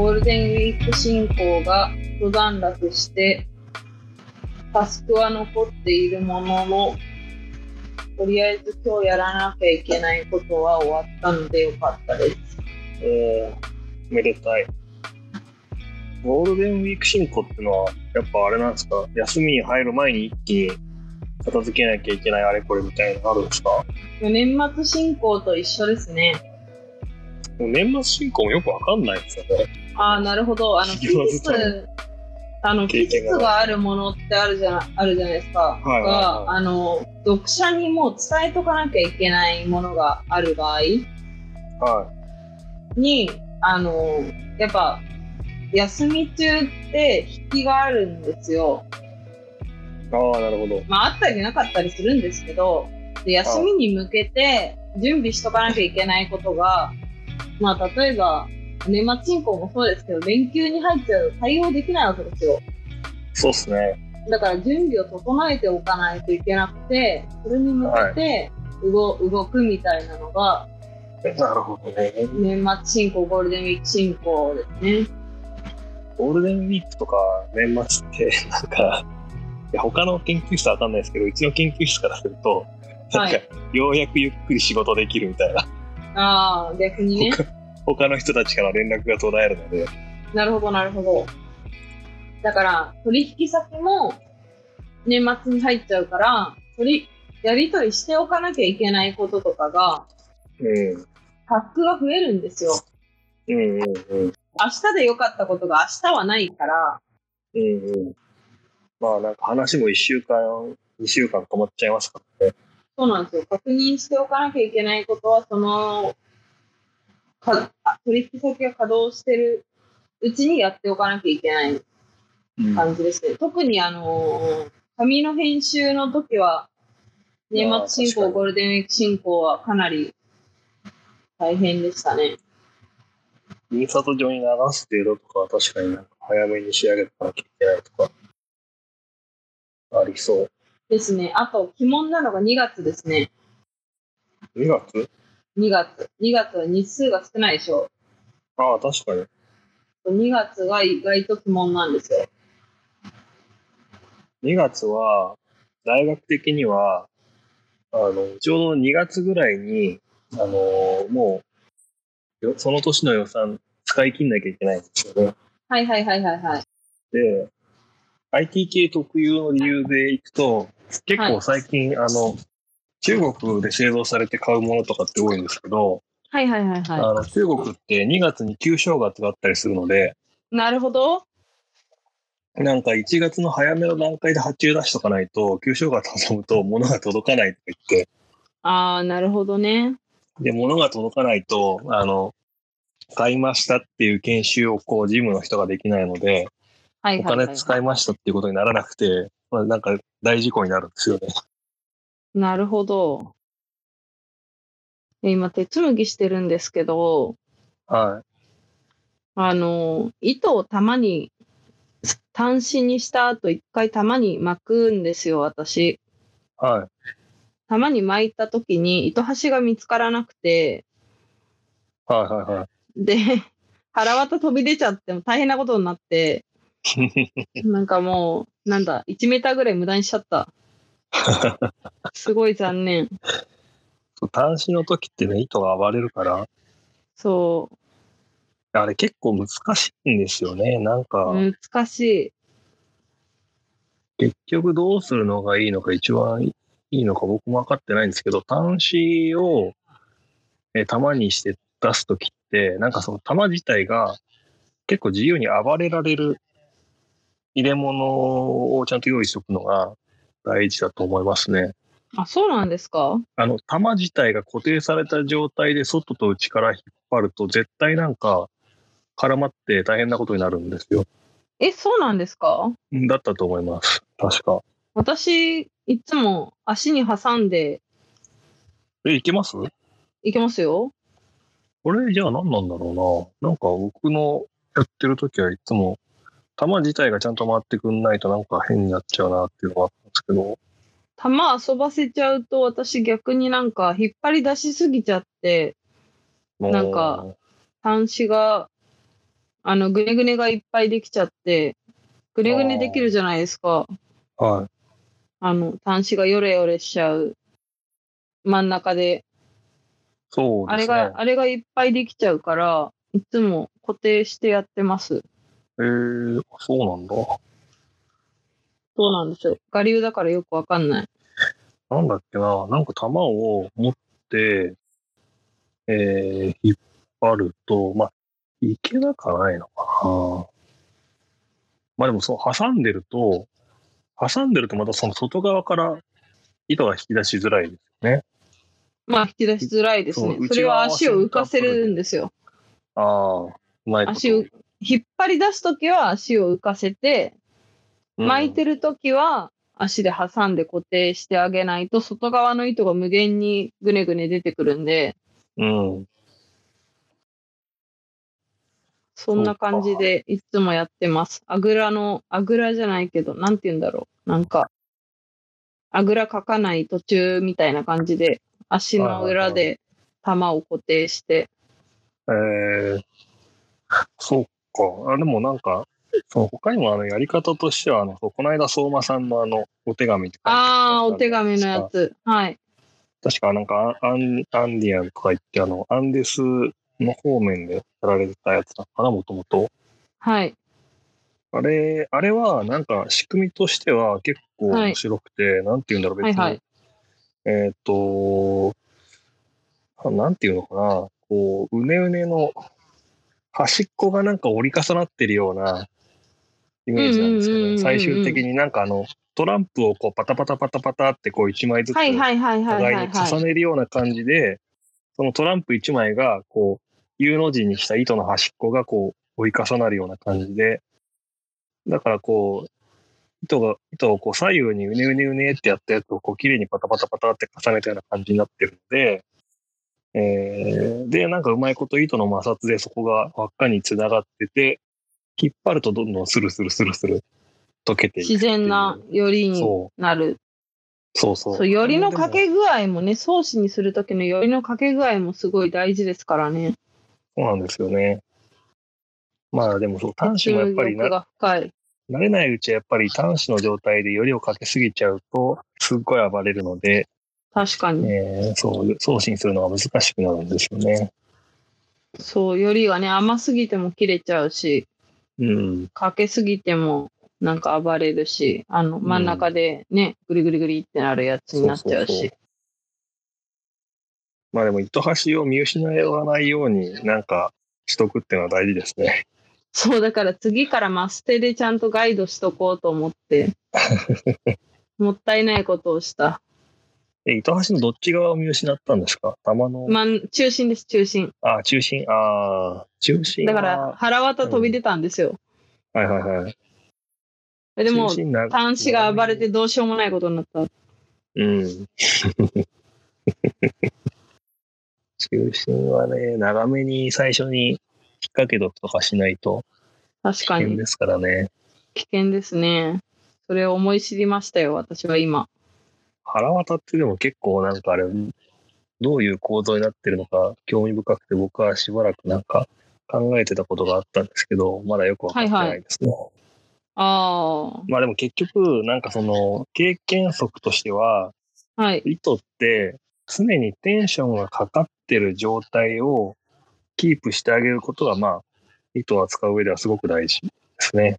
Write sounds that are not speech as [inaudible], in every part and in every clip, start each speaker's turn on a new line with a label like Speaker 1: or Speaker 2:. Speaker 1: イプ信仰が登山落して、タスクは残っているものの、とりあえず今日やらなきゃいけないことは終わったのでよかったです。
Speaker 2: おーおめでたい。ゴールデンウィーク進行ってのは、やっぱあれなんですか、休みに入る前に一気に片付けなきゃいけないあれこれみたいなのあるんですかも
Speaker 1: 年末進行と一緒ですね。
Speaker 2: う年末進行もよくわかんないですよね。
Speaker 1: ああ、なるほど。あの、期
Speaker 2: 言わず
Speaker 1: 日
Speaker 2: とも、
Speaker 1: あの、
Speaker 2: 経
Speaker 1: 期
Speaker 2: 験
Speaker 1: 日
Speaker 2: がない
Speaker 1: があるものってあるじゃな、あるじゃないですか。
Speaker 2: はいはいはい
Speaker 1: があの、読者にもう伝えとかなきゃいけないものがある場合
Speaker 2: は
Speaker 1: に、あの、やっぱ、休み中って引きがあるんですよ。
Speaker 2: い。ああ、なるほど。
Speaker 1: まあ、あったりなかったりするんですけど、で休みに向けて準備しとかなきゃいけないことが、まあ、例えば、年末進行もそうですけど、連休に入っちゃうと対応できないわけですよ。
Speaker 2: そうっすね。
Speaker 1: だから準備を整えておかないといけなくて、それに向けて動,、動くみたいなのが、
Speaker 2: なるほどね。
Speaker 1: 年末進行、ゴールデンウィーク進行ですね。
Speaker 2: ゴールデンウィークとか年末って、 [laughs] なんか、いや他の研究室はわかんないですけど、うちの研究室からすると、なんか、
Speaker 1: は
Speaker 2: ようやくゆっくり仕事できるみたいな、
Speaker 1: ああ、逆にね。
Speaker 2: 他の人たちから連絡が途絶えるので、
Speaker 1: なるほど、なるほど。だから、取引先も年末に入っちゃうから、取り、やり取りしておかなきゃいけないこととかが、
Speaker 2: うん。
Speaker 1: タスクが増えるんですよ。
Speaker 2: うんうんうん。
Speaker 1: 明日で良かったことが明日はないから、
Speaker 2: うんうん。まあなんか話も1週間、2週間止まっちゃいますからね。
Speaker 1: そうなんですよ。確認しておかなきゃいけないことは、その、かあ取引先が稼働してるうちにやっておかなきゃいけない感じですね。特にあのー紙の編集の時は、年末進
Speaker 2: あ
Speaker 1: 行、
Speaker 2: ー確かに
Speaker 1: ゴールデンウィーク進行はかなり大変でしたね。
Speaker 2: 印刷上に流す程度とかは確かになんか早めに仕上げておかなきゃいけないとか、ありそう。
Speaker 1: ですね。あと、鬼門なのが2月ですね。
Speaker 2: 2月
Speaker 1: 2月。2月は日数が少ないでしょ。
Speaker 2: ああ、確かに。
Speaker 1: 2月が意外と鬼門なんですよ。
Speaker 2: 2月は、大学的には、あの、ちょうど2月ぐらいに、あの、もう、よその年の予算使い切んなきゃいけないんですよね。
Speaker 1: はいはいはいはいはい。
Speaker 2: で、IT 系特有の理由でいくと、結構最近、あの、中国で製造されて買うものとかって多いんですけど、
Speaker 1: はいはいはいは
Speaker 2: あの中国って2月に旧正月があったりするので、
Speaker 1: い。なるほど。
Speaker 2: なんか1月の早めの段階で発注出しとかないと、旧正月挟むと物が届かないって言って、
Speaker 1: ああ、なるほどね。
Speaker 2: で、物が届かないと、あの、買いましたっていう研修をこう、事務の人ができないので、
Speaker 1: はい
Speaker 2: お
Speaker 1: はい、は
Speaker 2: 金
Speaker 1: い。
Speaker 2: 使いましたっていうことにならなくて、まあ、なんか大事故になるんですよね。
Speaker 1: なるほど。え今、手紡ぎしてるんですけど、
Speaker 2: は
Speaker 1: あの、糸を玉に、端子にした後、一回玉に巻くんですよ、私。
Speaker 2: い。はい。
Speaker 1: 玉に巻いた時に、糸端が見つからなくて、
Speaker 2: はいはいはい。
Speaker 1: で、腹渡飛び出ちゃっても大変なことになって、なんかもう、なんだ、1メーターぐらい無駄にしちゃった。すごい残念。
Speaker 2: そう端子の時ってね、糸が暴れるから、
Speaker 1: そ
Speaker 2: あれ結構難しいんですよね。なんか、
Speaker 1: う、難しい。
Speaker 2: 結局どうするのがいいのか一番いいのか僕も分かってないんですけど、端子を、えー玉にして出す時って、なんかその玉自体が結構自由に暴れられる入れ物をちゃんと用意しておくのが大事だと思いますね。
Speaker 1: あ、そうなんですか
Speaker 2: あの、玉自体が固定された状態で外と内から引っ張ると、絶対なんか絡まって大変なことになるんですよ。
Speaker 1: え、そうなんですか
Speaker 2: うんだったと思います。確か。
Speaker 1: 私、いつも足に挟んで
Speaker 2: え、いけます
Speaker 1: いけますよ。
Speaker 2: これ、じゃあ何なんだろうな。なんか僕のやってる時はいつも、玉自体がちゃんと回ってくんないとなんか変になっちゃうなっていうのがあったんですけど、
Speaker 1: 弾遊ばせちゃうと、私逆になんか引っ張り出しすぎちゃって、
Speaker 2: もう
Speaker 1: なんか、端子が、あの、ぐねぐねがいっぱいできちゃって、ぐねぐねできるじゃないですか。
Speaker 2: はい。
Speaker 1: あの、端子がヨレヨレしちゃう。真ん中で。
Speaker 2: そう
Speaker 1: あれ
Speaker 2: ですね
Speaker 1: が、。あれがいっぱいできちゃうから、いつも固定してやってます。
Speaker 2: えー、そうなんだ。
Speaker 1: そうなんですよ。我流だからよくわかんない。
Speaker 2: なんだっけな、なんか玉を持って、えー、引っ張ると、まあ、いけなくはないのかな。まあでもそう、挟んでると、挟んでるとまたその外側から糸が引き出しづらいですよね。
Speaker 1: まあ、引き出しづらいですね
Speaker 2: そう。
Speaker 1: それは
Speaker 2: 内側は
Speaker 1: 足を浮かせるんですよ。
Speaker 2: ああ、うまいこと。
Speaker 1: 足を引っ張り出すときは足を浮かせて、
Speaker 2: うん
Speaker 1: 巻いてるときは足で挟んで固定してあげないと、外側の糸が無限にぐねぐね出てくるんで、
Speaker 2: うん。
Speaker 1: そんな感じでいつもやってます。あぐらの、あぐらじゃないけど、なんて言うんだろう。なんか、あぐらかかない途中みたいな感じで、足の裏で玉を固定して、
Speaker 2: えー、そうか。あでもなんか、その他にもあのやり方としてはあの、この間相馬さんのあの、お手紙って書いて
Speaker 1: ああ、お手紙のやつ。はい。
Speaker 2: 確かなんかアンアンディアンとか言ってあのアンデスの方面でやられてたやつだったかなもともと
Speaker 1: はい。
Speaker 2: あれあれはなんか仕組みとしては結構
Speaker 1: はい
Speaker 2: 面白くて、なんて言うんだろう別
Speaker 1: はいは
Speaker 2: に、
Speaker 1: い。
Speaker 2: えっ、とあなんて言うのかなこううねうねの端っこがなんか折り重なってるようなイメージなんですけ
Speaker 1: うんうんうんうんうん
Speaker 2: ど最終的になんかあのトランプをこうパタパタパタパタってこう一枚ずつ
Speaker 1: はいはいはいはいは
Speaker 2: 互
Speaker 1: い
Speaker 2: い
Speaker 1: は
Speaker 2: に
Speaker 1: い。
Speaker 2: 重ねるような感じで、そのトランプ1枚が、こう、U の字にした糸の端っこが、こう、追い重なるような感じで、だからこう、糸が、糸をこう左右にうねうねうねってやったやつをこう綺麗にパタパタパタって重ねたような感じになってるので、えーで、なんかうまいこと糸の摩擦でそこが輪っかにつながってて、引っ張るとどんどんスルスルスルスル溶けていくってい
Speaker 1: 自
Speaker 2: う。
Speaker 1: 然なよりに
Speaker 2: そう。
Speaker 1: なる。
Speaker 2: そうそう。
Speaker 1: そう、よりのか
Speaker 2: でも
Speaker 1: け具合もね、創始にするときのよりのかけ具合もすごい大事ですからね。
Speaker 2: そうなんですよね。まあでもそう、端子もやっぱり
Speaker 1: 中
Speaker 2: な、
Speaker 1: が深い。
Speaker 2: 慣れないうちはやっぱり端子の状態でよりをかけすぎちゃうと、すっごい暴れるので、
Speaker 1: 確かに。
Speaker 2: えーそう、送信するのが難しくなるんですよね。
Speaker 1: そう、よりがね、甘すぎても切れちゃうし、
Speaker 2: うん。
Speaker 1: かけすぎてもなんか暴れるし、あの、真ん中でね、ぐりぐりぐりってなるやつになっちゃう
Speaker 2: そうそう
Speaker 1: し。
Speaker 2: まあでも、糸端を見失わないように、なんか、しとくっていうのは大事ですね。
Speaker 1: そう、だから次からマステでちゃんとガイドしとこうと思
Speaker 2: [laughs]
Speaker 1: って。もったいないことをした。
Speaker 2: え、糸端のどっち側を見失ったんですか玉の、
Speaker 1: まん、中心です、中心。
Speaker 2: あ、中心、あー中心
Speaker 1: だ
Speaker 2: は
Speaker 1: から、腹渡飛び出たんですよ。
Speaker 2: はいはいはい。
Speaker 1: でも
Speaker 2: 中、心な
Speaker 1: 端子が暴れてどうしようもないことになった。
Speaker 2: うん。 [laughs] 中心はね、長めに最初に引っ掛けとくとかしないと
Speaker 1: 確
Speaker 2: 危
Speaker 1: か
Speaker 2: 険
Speaker 1: に
Speaker 2: ですからね。
Speaker 1: 危険ですね。それを思い知りましたよ、私は今。
Speaker 2: 腹渡ってでも結構なんかあれ、どういう構造になってるのか興味深くて僕はしばらくなんか考えてたことがあったんですけど、まだよくわかってないですね。
Speaker 1: あ
Speaker 2: まあでも結局、なんかその経験則としては、
Speaker 1: あ、はい。
Speaker 2: 糸って常にテンションがかかってる状態をキープしてあげることが、まあ、糸を扱う上ではすごく大事ですね。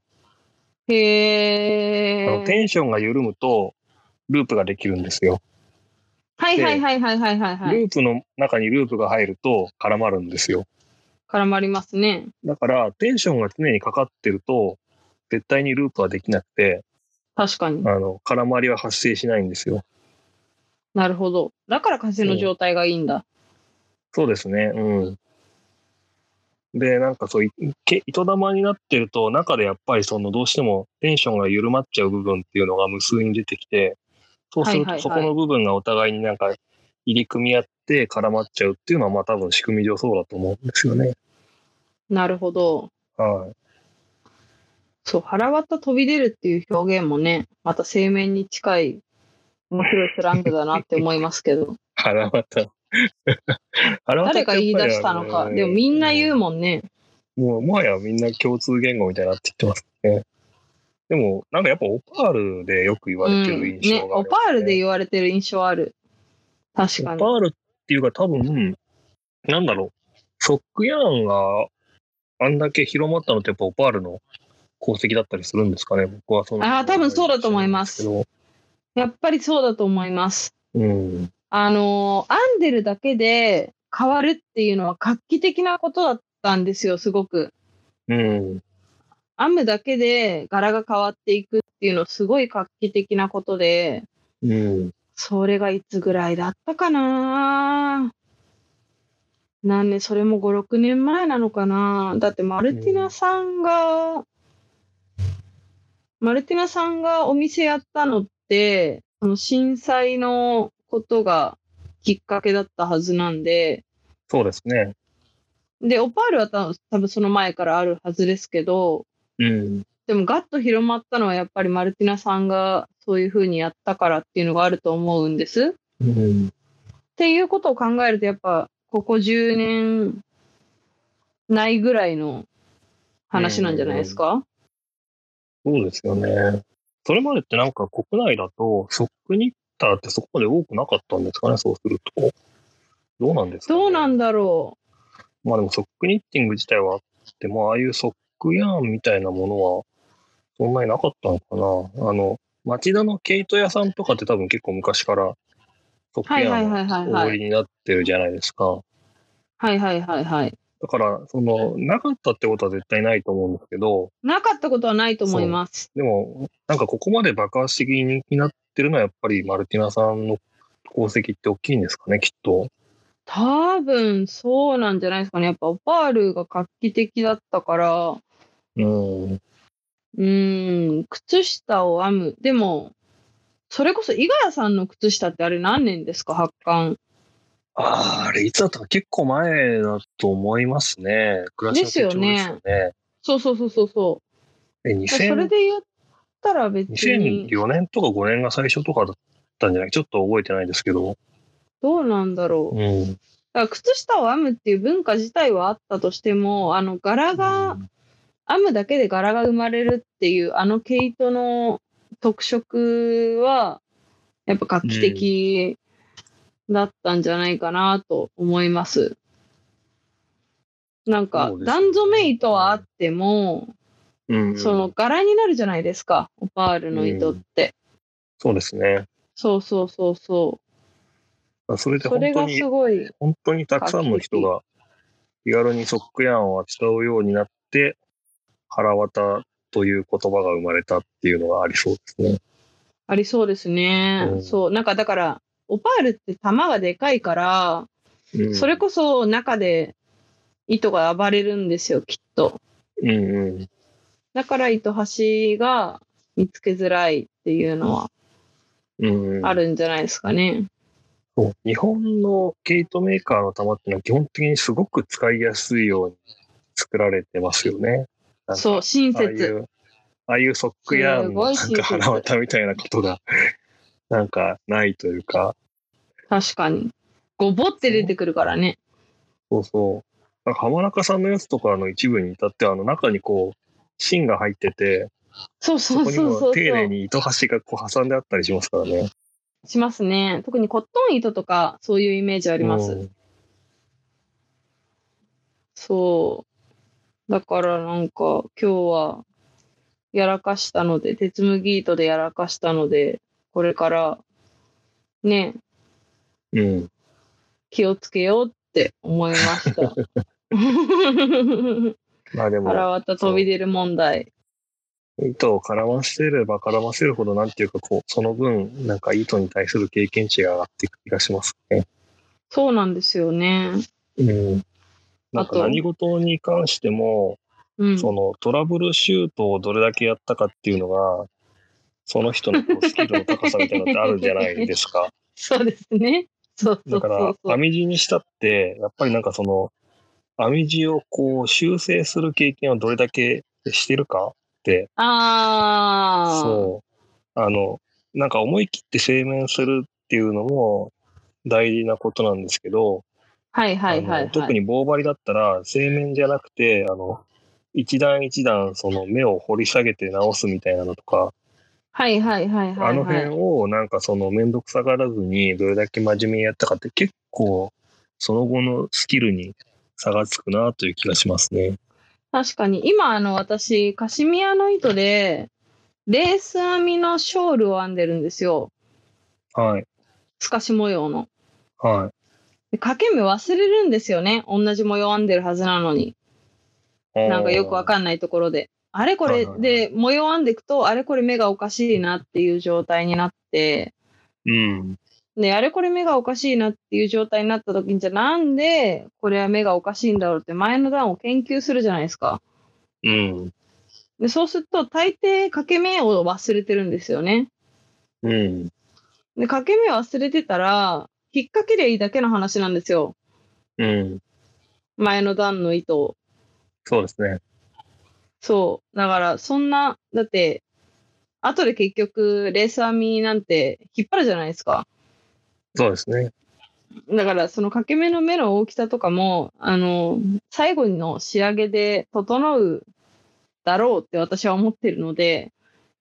Speaker 1: へ
Speaker 2: あのテ
Speaker 1: え。
Speaker 2: ンションが緩むと、ループができるんですよ。
Speaker 1: はいはいはいはいはいはいはい。
Speaker 2: ループの中にループが入ると絡まるんですよ。
Speaker 1: 絡まりますね。
Speaker 2: だから、テンションが常にかかってると、絶対にループはできなくて、
Speaker 1: 確かに。
Speaker 2: あの、絡まりは発生しないんですよ。
Speaker 1: なるほど。だから風の状態がいいんだ。
Speaker 2: そうですね、うん。で、なんかそうい、け糸玉になってると、中でやっぱりそのどうしてもテンションが緩まっちゃう部分っていうのが無数に出てきて、そうする
Speaker 1: はいはいは
Speaker 2: と
Speaker 1: い
Speaker 2: そこの部分がお互いになんか入り組み合って絡まっちゃうっていうのは、まあ多分仕組み上そうだと思うんですよね。
Speaker 1: なるほど。
Speaker 2: はい。
Speaker 1: そう、腹渡飛び出るっていう表現もね、また正面に近い面白いスラングだなって思いますけ
Speaker 2: [laughs]
Speaker 1: ど、
Speaker 2: 腹渡。腹渡
Speaker 1: 誰が言い出したのか、でもみんな言う
Speaker 2: も
Speaker 1: もんね。
Speaker 2: もう、もはやみんな共通言語みたいになってきてますね。でも、なんかやっぱオパールでよく言われてる印
Speaker 1: ね、
Speaker 2: 象があ
Speaker 1: オ
Speaker 2: り
Speaker 1: パ
Speaker 2: ますね、
Speaker 1: ールで言われてる印象ある。確か
Speaker 2: オ
Speaker 1: に
Speaker 2: パ。ールっていうか多分、なんだろう、ソックヤーンがあんだけ広まったのってやっぱオパールの功績だったりするんですかね、僕はその。
Speaker 1: あー多分そうだと思います
Speaker 2: けど。
Speaker 1: やっぱりそうだと思います。
Speaker 2: うん。
Speaker 1: あのー、編んでるだけで変わるっていうのは画期的なことだったんですよ、すごく。
Speaker 2: うん。
Speaker 1: 編むだけで柄が変わっていくっていうのすごい画期的なことで、
Speaker 2: うん。
Speaker 1: それがいつぐらいだったかな何年、それも5、6年前なのかなだってマルティナさんが、マルティナさんがお店やったのって、その震災のことがきっかけだったはずなんで、
Speaker 2: そうですね。
Speaker 1: で、オパールは多分多分その前からあるはずですけど、
Speaker 2: うん。
Speaker 1: でもガッと広まったのはやっぱりマルティナさんがそういうふうにやったからっていうのがあると思うんです。
Speaker 2: うん。
Speaker 1: っていうことを考えると、やっぱ、ここ10年ないぐらいの話なんじゃないですか、
Speaker 2: そうですよね。それまでってなんか国内だと、ソックニッターってそこまで多くなかったんですかね、そうすると。どうなんですか、ね、
Speaker 1: どうなんだろ
Speaker 2: まあでもソックニッティング自体はあって、まあああいうソックヤーンみたいなものはそんなになかったのかな。あの、町田の毛糸屋さんとかって多分結構昔からソックヤーン
Speaker 1: はいはい
Speaker 2: が
Speaker 1: はいはいはい
Speaker 2: お売りになってるじゃないですか。
Speaker 1: うはいはいはいはい。
Speaker 2: だから、その、なかったってことは絶対ないと思うんですけど、
Speaker 1: なかったことはないと思います。
Speaker 2: でも、なんかここまで爆発的に人気になってるのはやっぱりマルティナさんの功績って大きいんですかね、きっと。
Speaker 1: 多分そうなんじゃないですかね。やっぱオパールが画期的だったから、う
Speaker 2: うん。
Speaker 1: ーん、靴下を編む。でも、それこそ、井川さんの靴下ってあれ何年ですか発刊。
Speaker 2: あーあれ、いつだったか結構前だと思いますね。暮らしの手帳ですよね。
Speaker 1: ですよそうそうそうそうそう。
Speaker 2: え、
Speaker 1: それ
Speaker 2: 2000
Speaker 1: で言ったら別に
Speaker 2: 2004年とか5年が最初とかだったんじゃないちょっと覚えてないですけど。
Speaker 1: どうなんだろう。
Speaker 2: うん。
Speaker 1: だから靴下を編むっていう文化自体はあったとしても、あの柄が、編むだけで柄が生まれるっていう、あの毛糸の特色は、やっぱ画期的だったんじゃないかなと思います。なんか
Speaker 2: そう、ですね
Speaker 1: 段染め糸はあっても、
Speaker 2: うん。
Speaker 1: その柄になるじゃないですか、オパールの糸って。
Speaker 2: そうですね。
Speaker 1: そうそうそうそ
Speaker 2: それ
Speaker 1: う。
Speaker 2: で
Speaker 1: そ
Speaker 2: 本
Speaker 1: れ
Speaker 2: 当
Speaker 1: が
Speaker 2: に
Speaker 1: す、ごい。
Speaker 2: 本当にたくさんの人が気軽にソックヤンを扱うようになって、腹渡という言葉が生まれたっていうのがありそうですね。
Speaker 1: ありそうですね。
Speaker 2: うん
Speaker 1: そう。なんかだから、オパールって玉がでかいから、
Speaker 2: うん、
Speaker 1: それこそ中で糸が暴れるんですよ、きっと。
Speaker 2: うんうん。
Speaker 1: だから糸端が見つけづらいっていうのは
Speaker 2: うんうん、
Speaker 1: あるんじゃないですかね。
Speaker 2: そう日本の毛糸メーカーの玉っていうのは基本的にすごく使いやすいように作られてますよね。なんか
Speaker 1: そう、親
Speaker 2: ああい
Speaker 1: 切。
Speaker 2: う、ああいうソックヤーンのなん
Speaker 1: すごい親
Speaker 2: か
Speaker 1: 切
Speaker 2: 腹渡みたいなことが、 [laughs] なんかないというか、
Speaker 1: 確かに。ごぼって出てくるからね。
Speaker 2: そうそう。なんか浜中さんのやつとかの一部に至っては、あの中にこう、芯が入ってて、
Speaker 1: そう
Speaker 2: そ
Speaker 1: そう
Speaker 2: こに
Speaker 1: そうそ
Speaker 2: も
Speaker 1: う。
Speaker 2: 丁寧に糸端がこう挟んであったりしますからね。
Speaker 1: しますね。特にコットン糸とか、そういうイメージあ
Speaker 2: あ
Speaker 1: ります。そう。だからなんか今日はやらかしたので、鉄麦糸でやらかしたので、これからね、
Speaker 2: うん。
Speaker 1: 気をつけようって思いま
Speaker 2: [laughs]
Speaker 1: した。
Speaker 2: まあで
Speaker 1: 腹
Speaker 2: も、
Speaker 1: 渡飛び出る問題。
Speaker 2: 糸を絡ませれば絡ませるほど、なんていうかこう、その分、なんか糸に対する経験値が上がっていく気がしますね。
Speaker 1: そうなんですよね。
Speaker 2: うん。なん
Speaker 1: あ
Speaker 2: か
Speaker 1: と
Speaker 2: 何事に関しても、
Speaker 1: うん。
Speaker 2: そのトラブルシュートをどれだけやったかっていうのが、その人のこうスキルの高さみたいなのってあるんじゃないですか。
Speaker 1: そうですね。そうそ
Speaker 2: だ
Speaker 1: う
Speaker 2: か
Speaker 1: そう
Speaker 2: ら、
Speaker 1: そう
Speaker 2: 編。み地にしたって、やっぱりなんかその、編み地をこう修正する経験をどれだけしてるかって、
Speaker 1: ああ。
Speaker 2: そう、あの、なんか思い切って製麺するっていうのも大事なことなんですけど、
Speaker 1: はいはいはい、
Speaker 2: あ
Speaker 1: は
Speaker 2: の
Speaker 1: い。
Speaker 2: 特に棒針だったら、正面じゃなくて、あの、一段一段、その目を掘り下げて直すみたいなのとか、
Speaker 1: はいはいはいはい、はい。
Speaker 2: あの辺をなんかその面倒くさがらずにどれだけ真面目にやったかって結構その後のスキルに差がつくなという気がしますね。
Speaker 1: 確かに。今、あの、私、カシミヤの糸で、レース編みのショールを編んでるんですよ。
Speaker 2: はい。
Speaker 1: 透かし模様の。
Speaker 2: はい。
Speaker 1: で掛け目忘れるんですよね。同じ模様編んでるはずなのに。なんかよくわ
Speaker 2: ん
Speaker 1: かんないところで。あれこ
Speaker 2: はい
Speaker 1: れ
Speaker 2: はいはい
Speaker 1: で模様編んでいくと、あれこれ目がおかしいなっていう状態になって、
Speaker 2: うん。
Speaker 1: で、あれこれ目がおかしいなっていう状態になった時に、じゃあなんでこれは目がおかしいんだろうって前の段を研究するじゃないですか。
Speaker 2: うん。
Speaker 1: で、そうすると大抵掛け目を忘れてるんですよね。
Speaker 2: うん。
Speaker 1: で、掛け目忘れてたら、引っ掛けりゃいいだけの話なんですよ。
Speaker 2: うん。
Speaker 1: 前の段の糸を。
Speaker 2: そうですね。
Speaker 1: そう。だから、そんな、だって、後で結局、レース編みなんて引っ張るじゃないですか。
Speaker 2: そうですね。
Speaker 1: だから、その掛け目の目の大きさとかも、あの、最後の仕上げで整うだろうって私は思ってるので、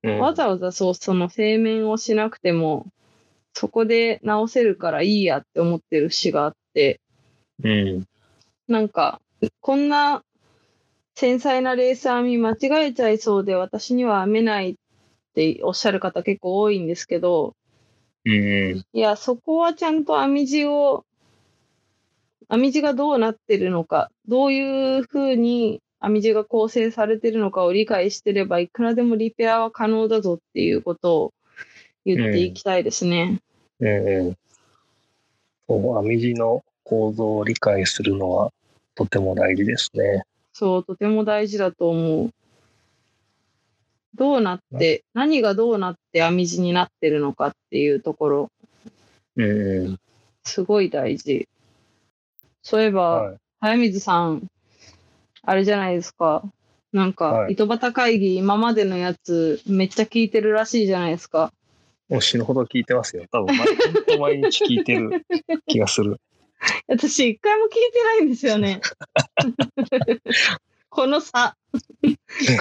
Speaker 2: うん、
Speaker 1: わざわざそう、その製面をしなくても、そこで直せるからいいやって思ってる詩があって、
Speaker 2: うん。
Speaker 1: なんか、こんな繊細なレース編み間違えちゃいそうで私には編めないっておっしゃる方結構多いんですけど、
Speaker 2: うん。
Speaker 1: いや、そこはちゃんと編み地を、編み地がどうなってるのか、どういうふうに編み地が構成されてるのかを理解してれば、いくらでもリペアは可能だぞっていうことを言っていきたいですね。
Speaker 2: うん。うん。そう、編み地の構造を理解するのはとても大事ですね。
Speaker 1: そう、とても大事だと思う。どうなって、何がどうなって編み地になってるのかっていうところ、
Speaker 2: うん。
Speaker 1: すごい大事。そういえば、
Speaker 2: はい。
Speaker 1: 早水さん、あれじゃないですか。なんか
Speaker 2: は、い
Speaker 1: 糸端会議、今までのやつ、めっちゃ聞いてるらしいじゃないですか。
Speaker 2: もう死ぬほど聞いてますよ。多分、
Speaker 1: [laughs]
Speaker 2: 毎日毎日聞いてる気がする。
Speaker 1: 私、一回も聞いてないんですよ
Speaker 2: [laughs]
Speaker 1: ね。この差、こ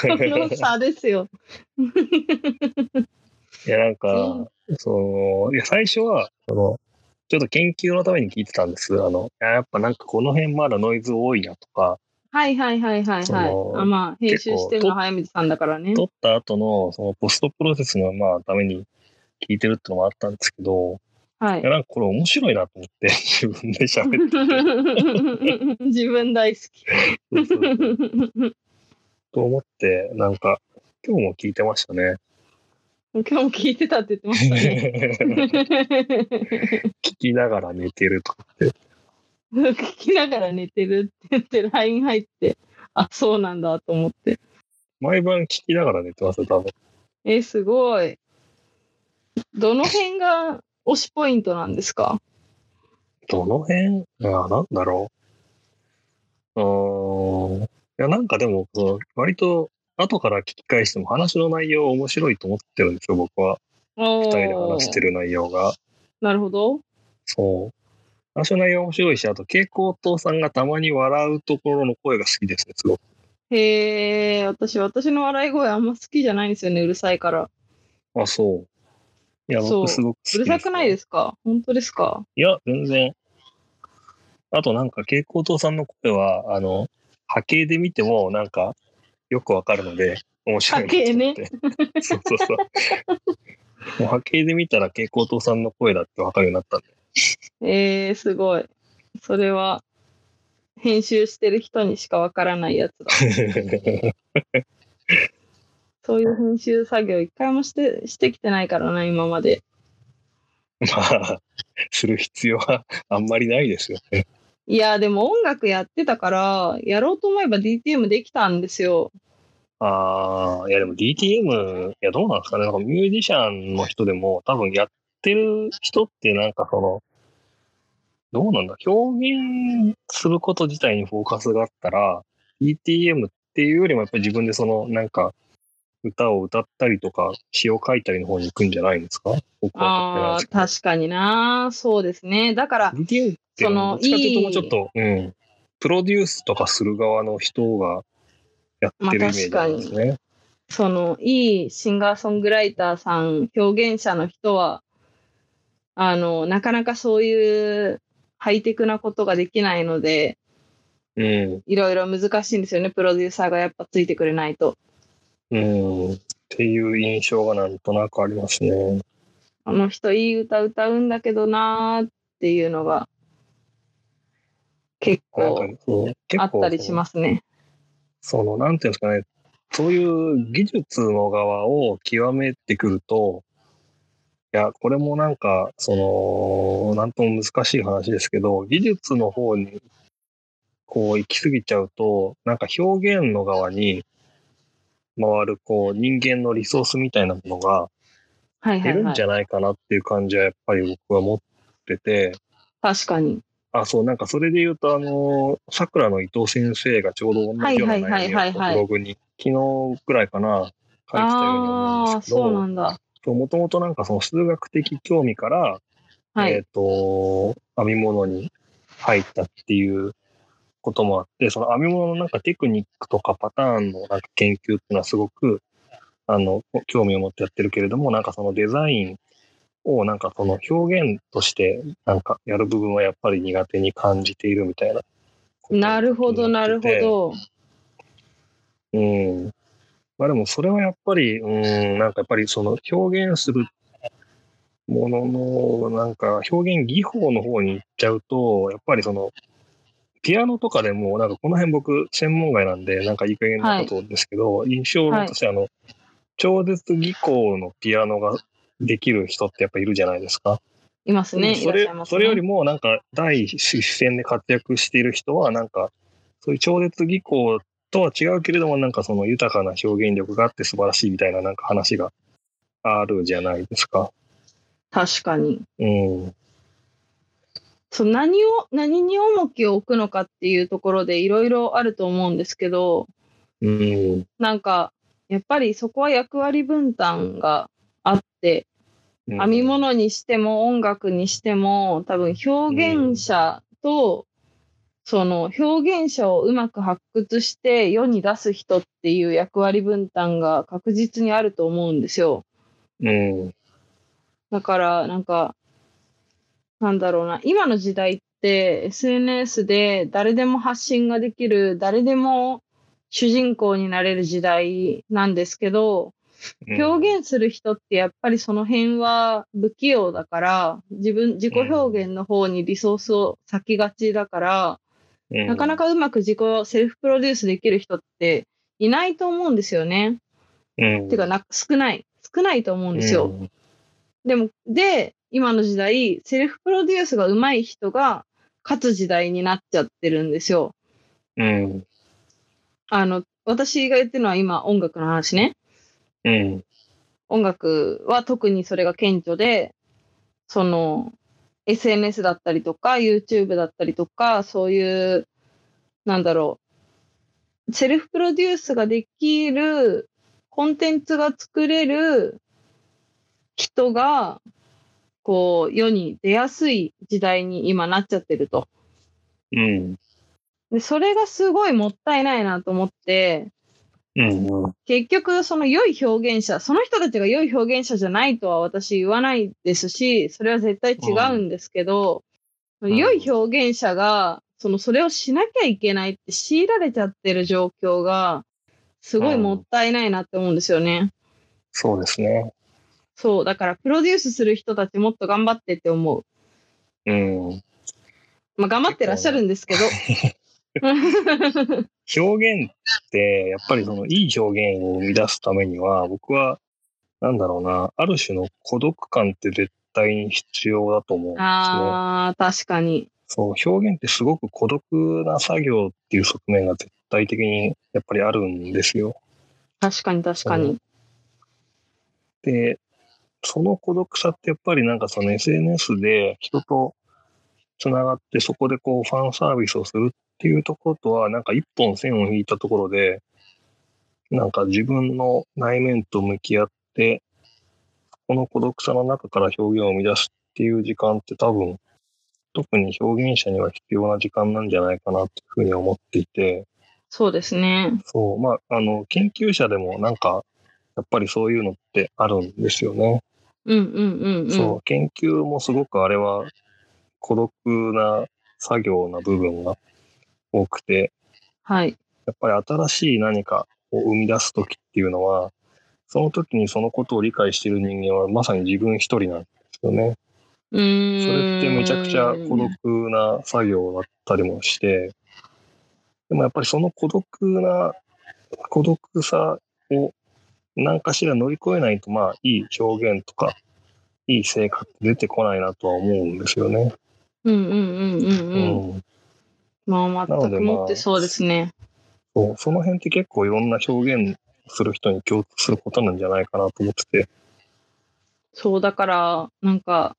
Speaker 1: の差ですよ。
Speaker 2: [laughs] いや、なん
Speaker 1: うん
Speaker 2: か、その、いや、最初は、その、ちょっと研究のために聞いてたんです。あの、いややっぱなんかこの辺まだノイズ多いなとか、
Speaker 1: はいはいはいはい
Speaker 2: そ
Speaker 1: は
Speaker 2: の
Speaker 1: い。あまあ、編集してる
Speaker 2: 結
Speaker 1: の
Speaker 2: 構
Speaker 1: は早水さんだからね。
Speaker 2: 撮った後の、その、ポストプロセスの、まあ、ために聞いてるってのもあったんですけど、
Speaker 1: はい
Speaker 2: いや、。なんかこれ面白いなと思って、 [laughs] 自分で喋って
Speaker 1: [laughs]
Speaker 2: て
Speaker 1: 自分大好き。
Speaker 2: そうそうそう、と思って、なんか、今日も聞いてましたね。
Speaker 1: 今日も聞いてたって言ってましたね。
Speaker 2: 聞
Speaker 1: 聞
Speaker 2: きながら寝てるとかって。
Speaker 1: きながら寝てるって言って LINE 入って、あ、そうなんだと思って。
Speaker 2: 毎晩聞きながら寝てますよ、多分。
Speaker 1: え、すごい。どの辺が推しポイントなんですか
Speaker 2: どの辺あなんだろう。うーん。いや、なんかでも、その割と、後から聞き返しても話の内容面白いと思ってるんですよ、僕は。
Speaker 1: お
Speaker 2: 二
Speaker 1: ー
Speaker 2: 人で話してる内容が。
Speaker 1: なるほど。
Speaker 2: そう。話の内容面白いし、あと、蛍光灯さんがたまに笑うところの声が好きですね、すごく。
Speaker 1: へえ、私、私の笑い声あんま好きじゃないんですよね、うるさいから。
Speaker 2: あ、そう。いや、
Speaker 1: そう
Speaker 2: 僕すごく好き
Speaker 1: うるさくないですすか本当ですか
Speaker 2: よ。いや、全然。あと、なんか、蛍光灯さんの声は、あの、波形で見ても、なんか、よくわかるので、面白いなと思って。 [laughs] そうそうそう。もう波形で見たら蛍光灯さんの声だって分かるようになったんで。
Speaker 1: えー、すごい。それは、編集してる人にしかわからないやつだ。
Speaker 2: [laughs]
Speaker 1: そういう編集作業一回もしてしてきてないからな、今まで。
Speaker 2: まあ、する必要はあんまりないですよね。
Speaker 1: いや、でも音楽やってたから、やろうと思えば DTM できたんですよ。
Speaker 2: ああ、いやでも DTM、いやどうなんですかね。なんかミュージシャンの人でも多分やってる人ってなんかその、どうなんだ、表現すること自体にフォーカスがあったら、DTM っていうよりもやっぱり自分でそのなんか歌を歌ったりとか、詩を書いたりの方に行くんじゃないんですか僕
Speaker 1: あ
Speaker 2: は
Speaker 1: あ、確かにな。そうですね。だから、
Speaker 2: に。リディっていうのはどっちかというともうちょっと、うん、プロデュースとかする側の人がやってるイメージなんですね。
Speaker 1: その、いいシンガーソングライターさん、表現者の人は、あの、なかなかそういうハイテクなことができないので、
Speaker 2: うん。
Speaker 1: いろいろ難しいんですよね。プロデューサーがやっぱついてくれないと。
Speaker 2: うん。っていう印象がなんとなくありますね。
Speaker 1: あの人いい歌歌うんだけどなーっていうのが結
Speaker 2: なん
Speaker 1: 構
Speaker 2: かそう結構
Speaker 1: あったりしますね。
Speaker 2: その、なんていうんですかね、そういう技術の側を極めてくると、いや、これもなんか、その、なんとも難しい話ですけど、技術の方に、こう、行き過ぎちゃうと、なんか表現の側に回る、こう、人間のリソースみたいなものが
Speaker 1: はいは
Speaker 2: 減
Speaker 1: い
Speaker 2: る
Speaker 1: は
Speaker 2: んじ
Speaker 1: い。
Speaker 2: ゃないかなっていう感じは、やっぱり僕は持ってて、
Speaker 1: 確かに。
Speaker 2: あ、そう、なんかそれで言うと、あの、桜の伊藤先生がちょうど同じような
Speaker 1: はいはいはいはい
Speaker 2: 悩みを
Speaker 1: はい
Speaker 2: ブログに、昨日くらいかな、書いてたように思うん
Speaker 1: ああ
Speaker 2: で
Speaker 1: ー、
Speaker 2: すけ
Speaker 1: そうな
Speaker 2: ど、
Speaker 1: んだ。
Speaker 2: そうもともとなんかその数学的興味から、
Speaker 1: はい。
Speaker 2: えっ、と、編み物に入ったっていうこともあって、その編み物のなんかテクニックとかパターンのなんか研究っていうのはすごく、あの、興味を持ってやってるけれども、なんかそのデザインをなんかその表現としてなんかやる部分はやっぱり苦手に感じているみたいな。
Speaker 1: なるほど、なるほ。ど。
Speaker 2: うん。まあでもそれはやっぱり、うん、なんかやっぱりその表現するものの、なんか表現技法の方に行っちゃうと、やっぱりその、ピアノとかでも、なんかこの辺僕専門外なんで、なんかいい加減なことですけど、印象論としてあの、超絶技巧のピアノができる人ってやっぱいるじゃないですか。
Speaker 1: いますね。い
Speaker 2: そ
Speaker 1: らっ
Speaker 2: れ
Speaker 1: しゃいます
Speaker 2: それより
Speaker 1: ね。
Speaker 2: も、なんか、第一線で活躍している人は、なんか、そういう超絶技巧とは違うけれども、なんかその豊かな表現力があって素晴らしいみたいな、なんか話があるじゃないですか。
Speaker 1: 確かに。
Speaker 2: うん。
Speaker 1: そう何を、何に重きを置くのかっていうところでいろいろあると思うんですけど、
Speaker 2: うん。
Speaker 1: なんか、やっぱりそこは役割分担があって、編み物にしても音楽にしても多分表現者と、その表現者をうまく発掘して世に出す人っていう役割分担が確実にあると思うんですよ。
Speaker 2: うん。
Speaker 1: だからなんかなんだろうな今の時代って SNS で誰でも発信ができる誰でも主人公になれる時代なんですけど、
Speaker 2: うん。
Speaker 1: 表現する人ってやっぱりその辺は不器用だから自分自己表現の方にリソースを割きがちだから、
Speaker 2: 現
Speaker 1: なかな
Speaker 2: か。
Speaker 1: かうまく自己セルフプロデュースできる人っていないと思うんですよね。
Speaker 2: うん。
Speaker 1: てかな少ない少ないと思うんですよ。
Speaker 2: うん
Speaker 1: でもで今の時代セルフプロデュースが上手い人が勝つ時代になっちゃってるんですよ。
Speaker 2: うん。
Speaker 1: あの私が言ってるのは今音楽の話ね。
Speaker 2: うん。
Speaker 1: 音楽は特にそれが顕著で、その SNS だったりとか YouTube だったりとか、そういう、なんだろう、セルフプロデュースができる、コンテンツが作れる人が、こう、世に出やすい時代に今なっちゃってると。
Speaker 2: うん。
Speaker 1: で、それがすごいもったいないなと思って、
Speaker 2: うん。
Speaker 1: 結局、その良い表現者、その人たちが良い表現者じゃないとは私言わないですし、それは絶対違うんですけど、
Speaker 2: ん
Speaker 1: 良い表現者が、その、それをしなきゃいけないって強いられちゃってる状況が、すごいもったいないなって思うんですよね。
Speaker 2: そうですね。
Speaker 1: そう、だから、プロデュースする人たちもっと頑張ってって思う。
Speaker 2: うん。
Speaker 1: まあ、頑張ってらっしゃるんですけど。
Speaker 2: 表現って、やっぱりそのいい表現を生み出すためには、僕は、なんだろうな、ある種の孤独感って絶対に必要だと思うんで
Speaker 1: [laughs]
Speaker 2: すね。
Speaker 1: あー、確かに。
Speaker 2: そう、表現ってすごく孤独な作業っていう側面が絶対的にやっぱりあるんですよ。
Speaker 1: 確かに、確かに。
Speaker 2: で、その孤独さってやっぱりなんかその SNS で人とつながってそこでこうファンサービスをするっていうところとはなんか一本線を引いたところでなんか自分の内面と向き合って、この孤独さの中から表現を生み出すっていう時間って多分、特に表現者には必要な時間なんじゃないかなっていうふうに思っていて、
Speaker 1: そうですね。
Speaker 2: そう、まあ、あの、研究者でもなんか、やっぱりそういうのってあるんですよね。
Speaker 1: うんうんうんうん。
Speaker 2: そう、研究もすごくあれは孤独な作業な部分が多くて、
Speaker 1: はい。
Speaker 2: やっぱり新しい何かを生み出す時っていうのは、その時にそのことを理解している人間はまさに自分一人なんですよね。
Speaker 1: うーん。
Speaker 2: それってめちゃくちゃ孤独な作業だったりもして、でもやっぱりその孤独な、孤独さを何かしら乗り越えないと、まあいい表現とか、いい成果って出てこないなとは思うんですよね。
Speaker 1: うんうんうんうん
Speaker 2: う
Speaker 1: うん。
Speaker 2: ん
Speaker 1: まあ
Speaker 2: なの
Speaker 1: 全
Speaker 2: で
Speaker 1: く
Speaker 2: まあ
Speaker 1: 持ってそうですね。
Speaker 2: そうその辺って結構いろんな表現する人に共通することなんじゃないかなと思ってて。
Speaker 1: そうだからなんか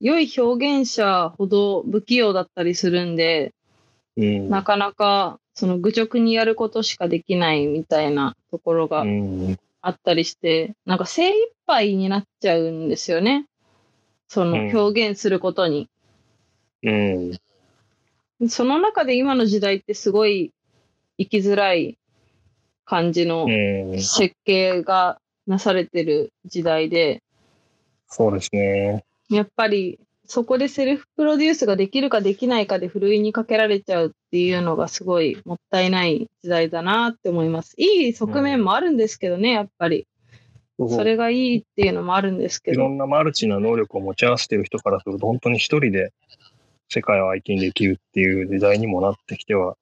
Speaker 1: 良い表現者ほど不器用だったりするんで、
Speaker 2: うん
Speaker 1: なかなかその愚直にやることしかできないみたいなところが
Speaker 2: うん
Speaker 1: あったりして、なんか精一杯になっちゃうんですよね。その
Speaker 2: うん
Speaker 1: 表現することに。
Speaker 2: うん
Speaker 1: その中で今の時代ってすごい生きづらい感じの
Speaker 2: うん
Speaker 1: 設計がなされてる時代で、
Speaker 2: そうですね。
Speaker 1: やっぱりそこでセルフプロデュースができるかできないかでふるいにかけられちゃうっていうのがすごいもったいない時代だなって思います。いい側面もあるんですけどね、やっぱり。それがいいっていうのもあるんですけ
Speaker 2: いろ
Speaker 1: ど。
Speaker 2: んなマルチな能力を持ち合わせてる人からすると、本当に一人で世界を相手にできるっていう時代にもなってきては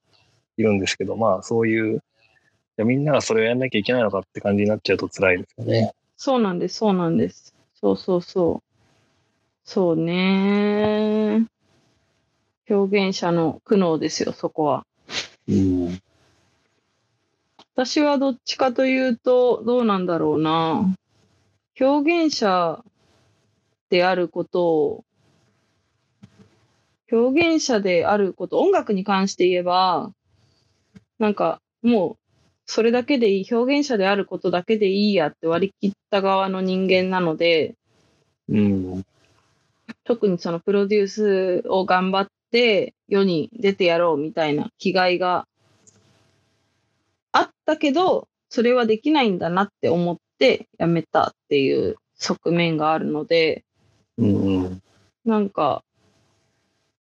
Speaker 2: いるんですけど、まあそういう、いやみんながそれをやんなきゃいけないのかって感じになっちゃうと辛いですよね。
Speaker 1: そうなんです、そうなんです。そうそうそう。そうね。表現者の苦悩ですよ、そこは。
Speaker 2: うん。
Speaker 1: 私はどっちかというと、どうなんだろうな。表現者であることを、表現者であること、音楽に関して言えば、なんかもう、それだけでいい、表現者であることだけでいいやって割り切った側の人間なので、
Speaker 2: うん。
Speaker 1: 特にそのプロデュースを頑張って世に出てやろうみたいな気概があったけど、それはできないんだなって思ってやめたっていう側面があるので、
Speaker 2: うん。
Speaker 1: なんか、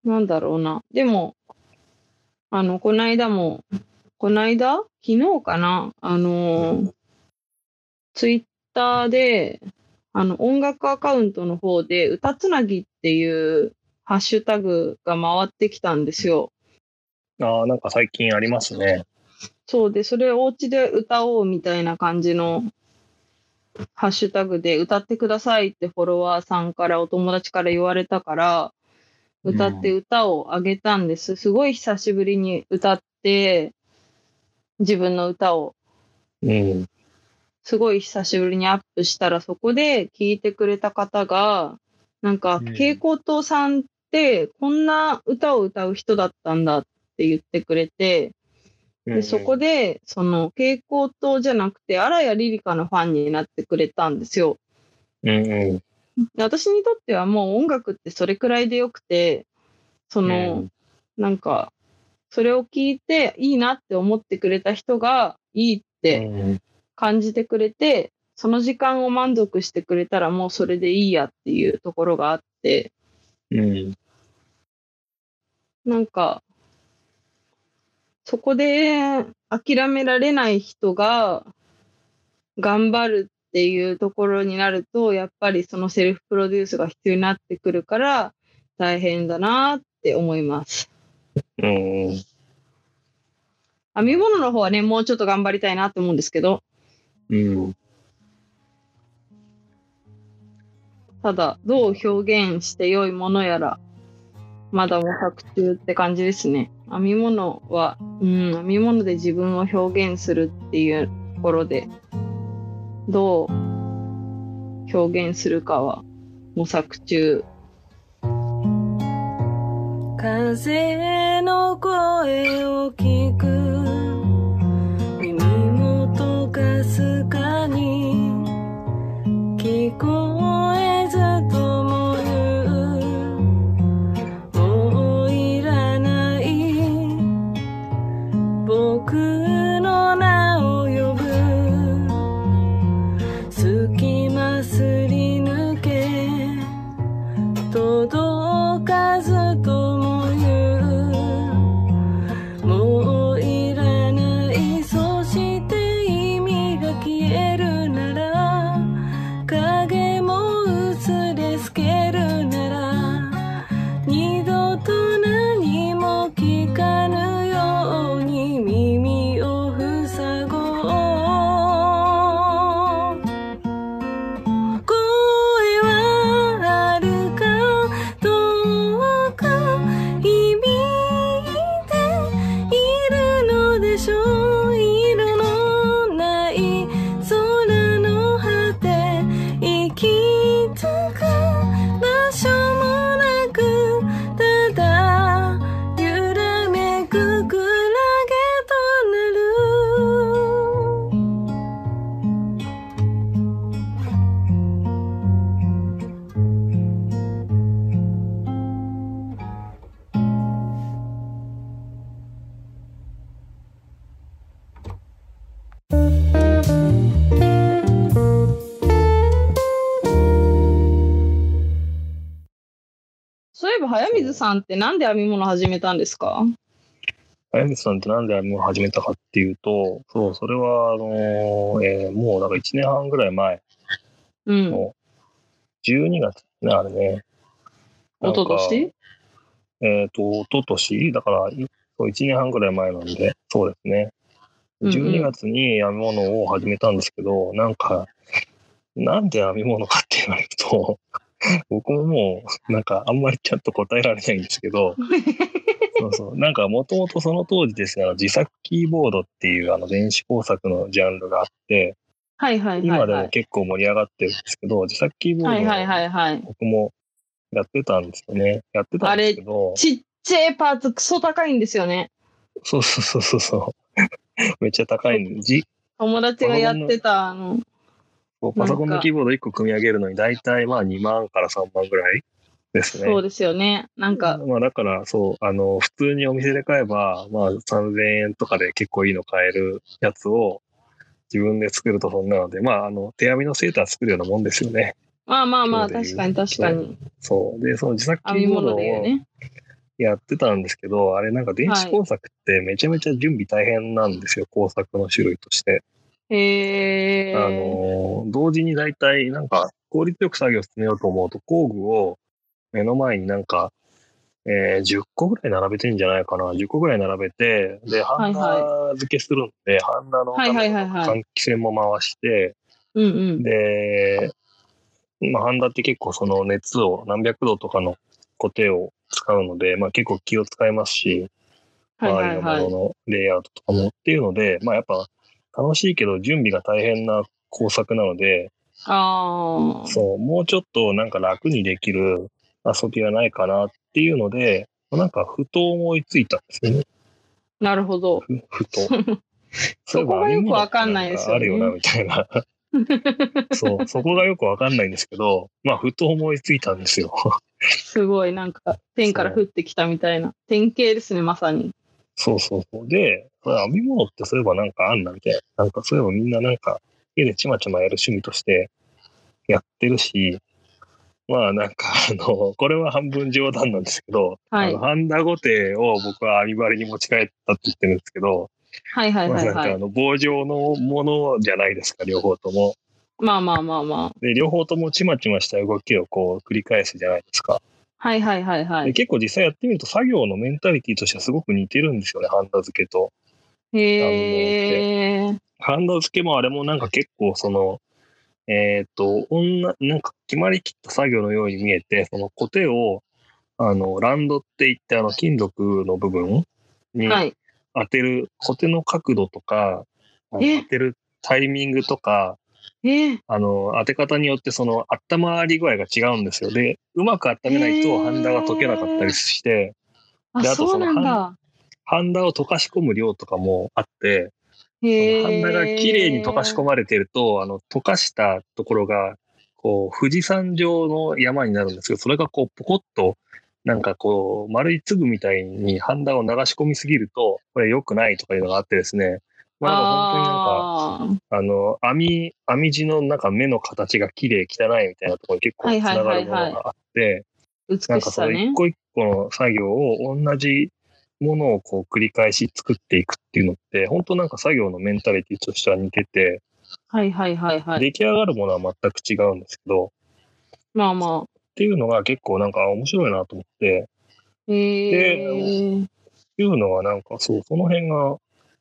Speaker 1: なんだろうな。でも、あの、こないだも、こないだ昨日かなあのー、ツイッターで、あの、音楽アカウントの方で、歌つなぎっていうハッシュタグが回ってきたんですよ。
Speaker 2: ああ、なんか最近ありますね。
Speaker 1: そうで、それをお家で歌おうみたいな感じのハッシュタグで歌ってくださいってフォロワーさんからお友達から言われたから、
Speaker 2: うん
Speaker 1: 歌って歌をあげたんです。すごい久しぶりに歌って、自分の歌を
Speaker 2: うん。
Speaker 1: すごい久しぶりにアップしたら、そこで聞いてくれた方が、なんか、
Speaker 2: うん
Speaker 1: 蛍光灯さんってこんな歌を歌う人だったんだって言ってくれて、
Speaker 2: う
Speaker 1: で
Speaker 2: ん
Speaker 1: そこで、その蛍光灯じゃなくて、荒谷リリカのファンになってくれたんですよ。
Speaker 2: うんう
Speaker 1: で私にとってはもう音楽ってそれくらいでよくて、そ
Speaker 2: ん。
Speaker 1: の、なんか、それを聞いていいなって思ってくれた人がいいっ
Speaker 2: う
Speaker 1: て
Speaker 2: ん
Speaker 1: 感じてくれて、その時間を満足してくれたらもうそれでいいやっていうところがあって、
Speaker 2: うん。
Speaker 1: なんか、そこで諦められない人が頑張るっていうところになると、やっぱりそのセルフプロデュースが必要になってくるから大変だなって思います。
Speaker 2: うん。
Speaker 1: 編み物の方はね、もうちょっと頑張りたいなと思うんですけど、
Speaker 2: うん。
Speaker 1: ただ、どう表現して良いものやら、まだ模索中って感じですね。編み物は、うん、編み物で自分を表現するっていうところで、どう表現するかは模索中。
Speaker 3: 風の声を聞く耳元から数とも言うもういらないそして意味が消えるなら影も薄れ透けるなら二度と何も聞かぬように耳を塞ごう声はあるかどうか響いているのでしょう色のない空の果て行き着く場所もなくただ揺らめくクラゲとなる
Speaker 1: そういえば早水さんってなんで編み物始めたんですか
Speaker 2: あやみつさんってなんで編み物始めたかっていうと、そう、それは、あのーえーもうなんか1年半ぐらい前、
Speaker 1: うん。
Speaker 2: 12月ね、あれね。
Speaker 1: おととし
Speaker 2: えっ、と、一昨年だから、いそう1年半ぐらい前なんで、そうですね。
Speaker 1: うんうん
Speaker 2: 12月に編み物を始めたんですけど、なんか、なんで編み物かって言われると、 [laughs] 僕ももう、なんかあんまりちゃんと答えられないんです
Speaker 1: [laughs]
Speaker 2: けど、そうそう。なんかもともとその当時ですね、あの自作キーボードっていうあの電子工作のジャンルがあって、
Speaker 1: はいはいはい、
Speaker 2: 今で
Speaker 1: は
Speaker 2: も
Speaker 1: い。
Speaker 2: 結構盛り上がってるんですけど、自作キーボード
Speaker 1: はいはい
Speaker 2: は
Speaker 1: はいはい。
Speaker 2: 僕もやってたんですよね。やってたんですけど、
Speaker 1: ちっちゃいパーツクソ高いんですよね。
Speaker 2: そうそうそうそうそう。 [laughs] めっちゃ高いんで、じ
Speaker 1: 友達がやってた、あの、
Speaker 2: こうパソコン
Speaker 1: なん
Speaker 2: の
Speaker 1: か
Speaker 2: キーボード1個組み上げるのに大体まあ2万から3万ぐらいですね。
Speaker 1: そうですよね。なんか、
Speaker 2: まあだからそう、あの、普通にお店で買えば、まあ3000円とかで結構いいの買えるやつを自分で作るとそんなので、まああの、手編みのセーター作るようなもんですよね。
Speaker 1: まあまあまあ、
Speaker 2: そうで
Speaker 1: 確
Speaker 2: す
Speaker 1: かに確かに。
Speaker 2: そう。で、その自作キ
Speaker 1: 編み
Speaker 2: ーボード
Speaker 1: 物
Speaker 2: を
Speaker 1: で言うね。
Speaker 2: やってたんですけど、あれなんか電子工作ってめちゃめちゃ準備大変なんですよ、工作の種類として。
Speaker 1: へえ。
Speaker 2: あのー同時に大体なんか効率よく作業進めようと思うと工具を目の前になんか、えー10個ぐらい並べてんじゃないかな10個ぐらい並べてでハ
Speaker 1: はいはい
Speaker 2: ンダ付けするんで、ハンダの
Speaker 1: はいはいはいはい
Speaker 2: 換気扇も回して
Speaker 1: うんうん。
Speaker 2: で、まあ、ハンダって結構その熱を何百度とかの固定を使うので、まあ、結構気を使いますし、
Speaker 1: はいは
Speaker 2: 周り
Speaker 1: い
Speaker 2: の
Speaker 1: は
Speaker 2: もの
Speaker 1: い。
Speaker 2: のレイアウトとかもっていうので、まあやっぱ楽しいけど準備が大変な工作なので、
Speaker 1: ああ。
Speaker 2: そう、もうちょっとなんか楽にできる遊びはないかなっていうので、なんかふと思いついたんですよね。
Speaker 1: なるほど。
Speaker 2: ふふと。
Speaker 1: [laughs] そこがよくわかんないですよね
Speaker 2: あるよな、みたいな。そう、そこがよくわかんないんですけど、まあふと思いついたんですよ。
Speaker 1: すごい、なんか、天から降ってきたみたいな。典型ですね、まさに。
Speaker 2: そうそうそう。で、これ編み物ってそういえばなんかあんなみたいな。なんかそういえばみんななんか家でちまちまやる趣味としてやってるし、まあなんかあの、これは半分冗談なんですけど、
Speaker 1: はい
Speaker 2: あのハンダゴテを僕は編み針に持ち帰ったって言ってるんですけど、
Speaker 1: はいはいはい
Speaker 2: まあ、なん
Speaker 1: は
Speaker 2: かあ
Speaker 1: い。
Speaker 2: の棒状のものじゃないですか、両方とも。
Speaker 1: まあまあまあまあ。
Speaker 2: で、両方ともちまちました動きをこう繰り返すじゃないですか。
Speaker 1: はいはいはいは
Speaker 2: で
Speaker 1: い。
Speaker 2: 結構実際やってみると作業のメンタリティとしてはすごく似てるんですよね、ハンダ付けと。
Speaker 1: へえ。
Speaker 2: ハンダ付けもあれもなんか結構その、えーっ、と、女、なんか決まりきった作業のように見えて、そのコテを、あの、ランドって言って、あの、金属の部分に
Speaker 1: はい。
Speaker 2: 当てる、コテの角度とか、あの
Speaker 1: え
Speaker 2: 当てるタイミングとか、
Speaker 1: えー、
Speaker 2: あの、当て方によってその、温まり具合が違うんですよ。で、うまく温めない
Speaker 1: へ
Speaker 2: と
Speaker 1: ー
Speaker 2: ハンダが溶けなかったりして、
Speaker 1: あ、
Speaker 2: であと
Speaker 1: そう
Speaker 2: その
Speaker 1: なんだ。
Speaker 2: ハンダを溶かし込む量とかもあって、
Speaker 1: へえ。
Speaker 2: ハンダが綺麗に溶かし込まれてると、あの、溶かしたところが、こう、富士山上の山になるんですけど、それがこう、ポコッと、なんかこう、丸い粒みたいにハンダを流し込みすぎると、これ良くないとかいうのがあってですね。まあ、なんか本
Speaker 1: あー
Speaker 2: 当になんか、あの、網、網地のなんか目の形が綺麗、汚いみたいなところに結構
Speaker 1: はい
Speaker 2: 繋
Speaker 1: はい
Speaker 2: が
Speaker 1: は
Speaker 2: る
Speaker 1: い
Speaker 2: も
Speaker 1: はい
Speaker 2: のがあって、
Speaker 1: 美
Speaker 2: なん
Speaker 1: し
Speaker 2: か
Speaker 1: さ
Speaker 2: それ
Speaker 1: ね
Speaker 2: 一。個一個の作業を同じものをこう繰り返し作っていくっていうのって、本当なんか作業のメンタリティとしては似てて、
Speaker 1: はいはいはいはい。
Speaker 2: 出来上がるものは全く違うんですけど、っ
Speaker 1: まあまあ。
Speaker 2: ていうのが結構なんかあ面白いなと思って、
Speaker 1: えー、
Speaker 2: いうのはなんかそう、その辺が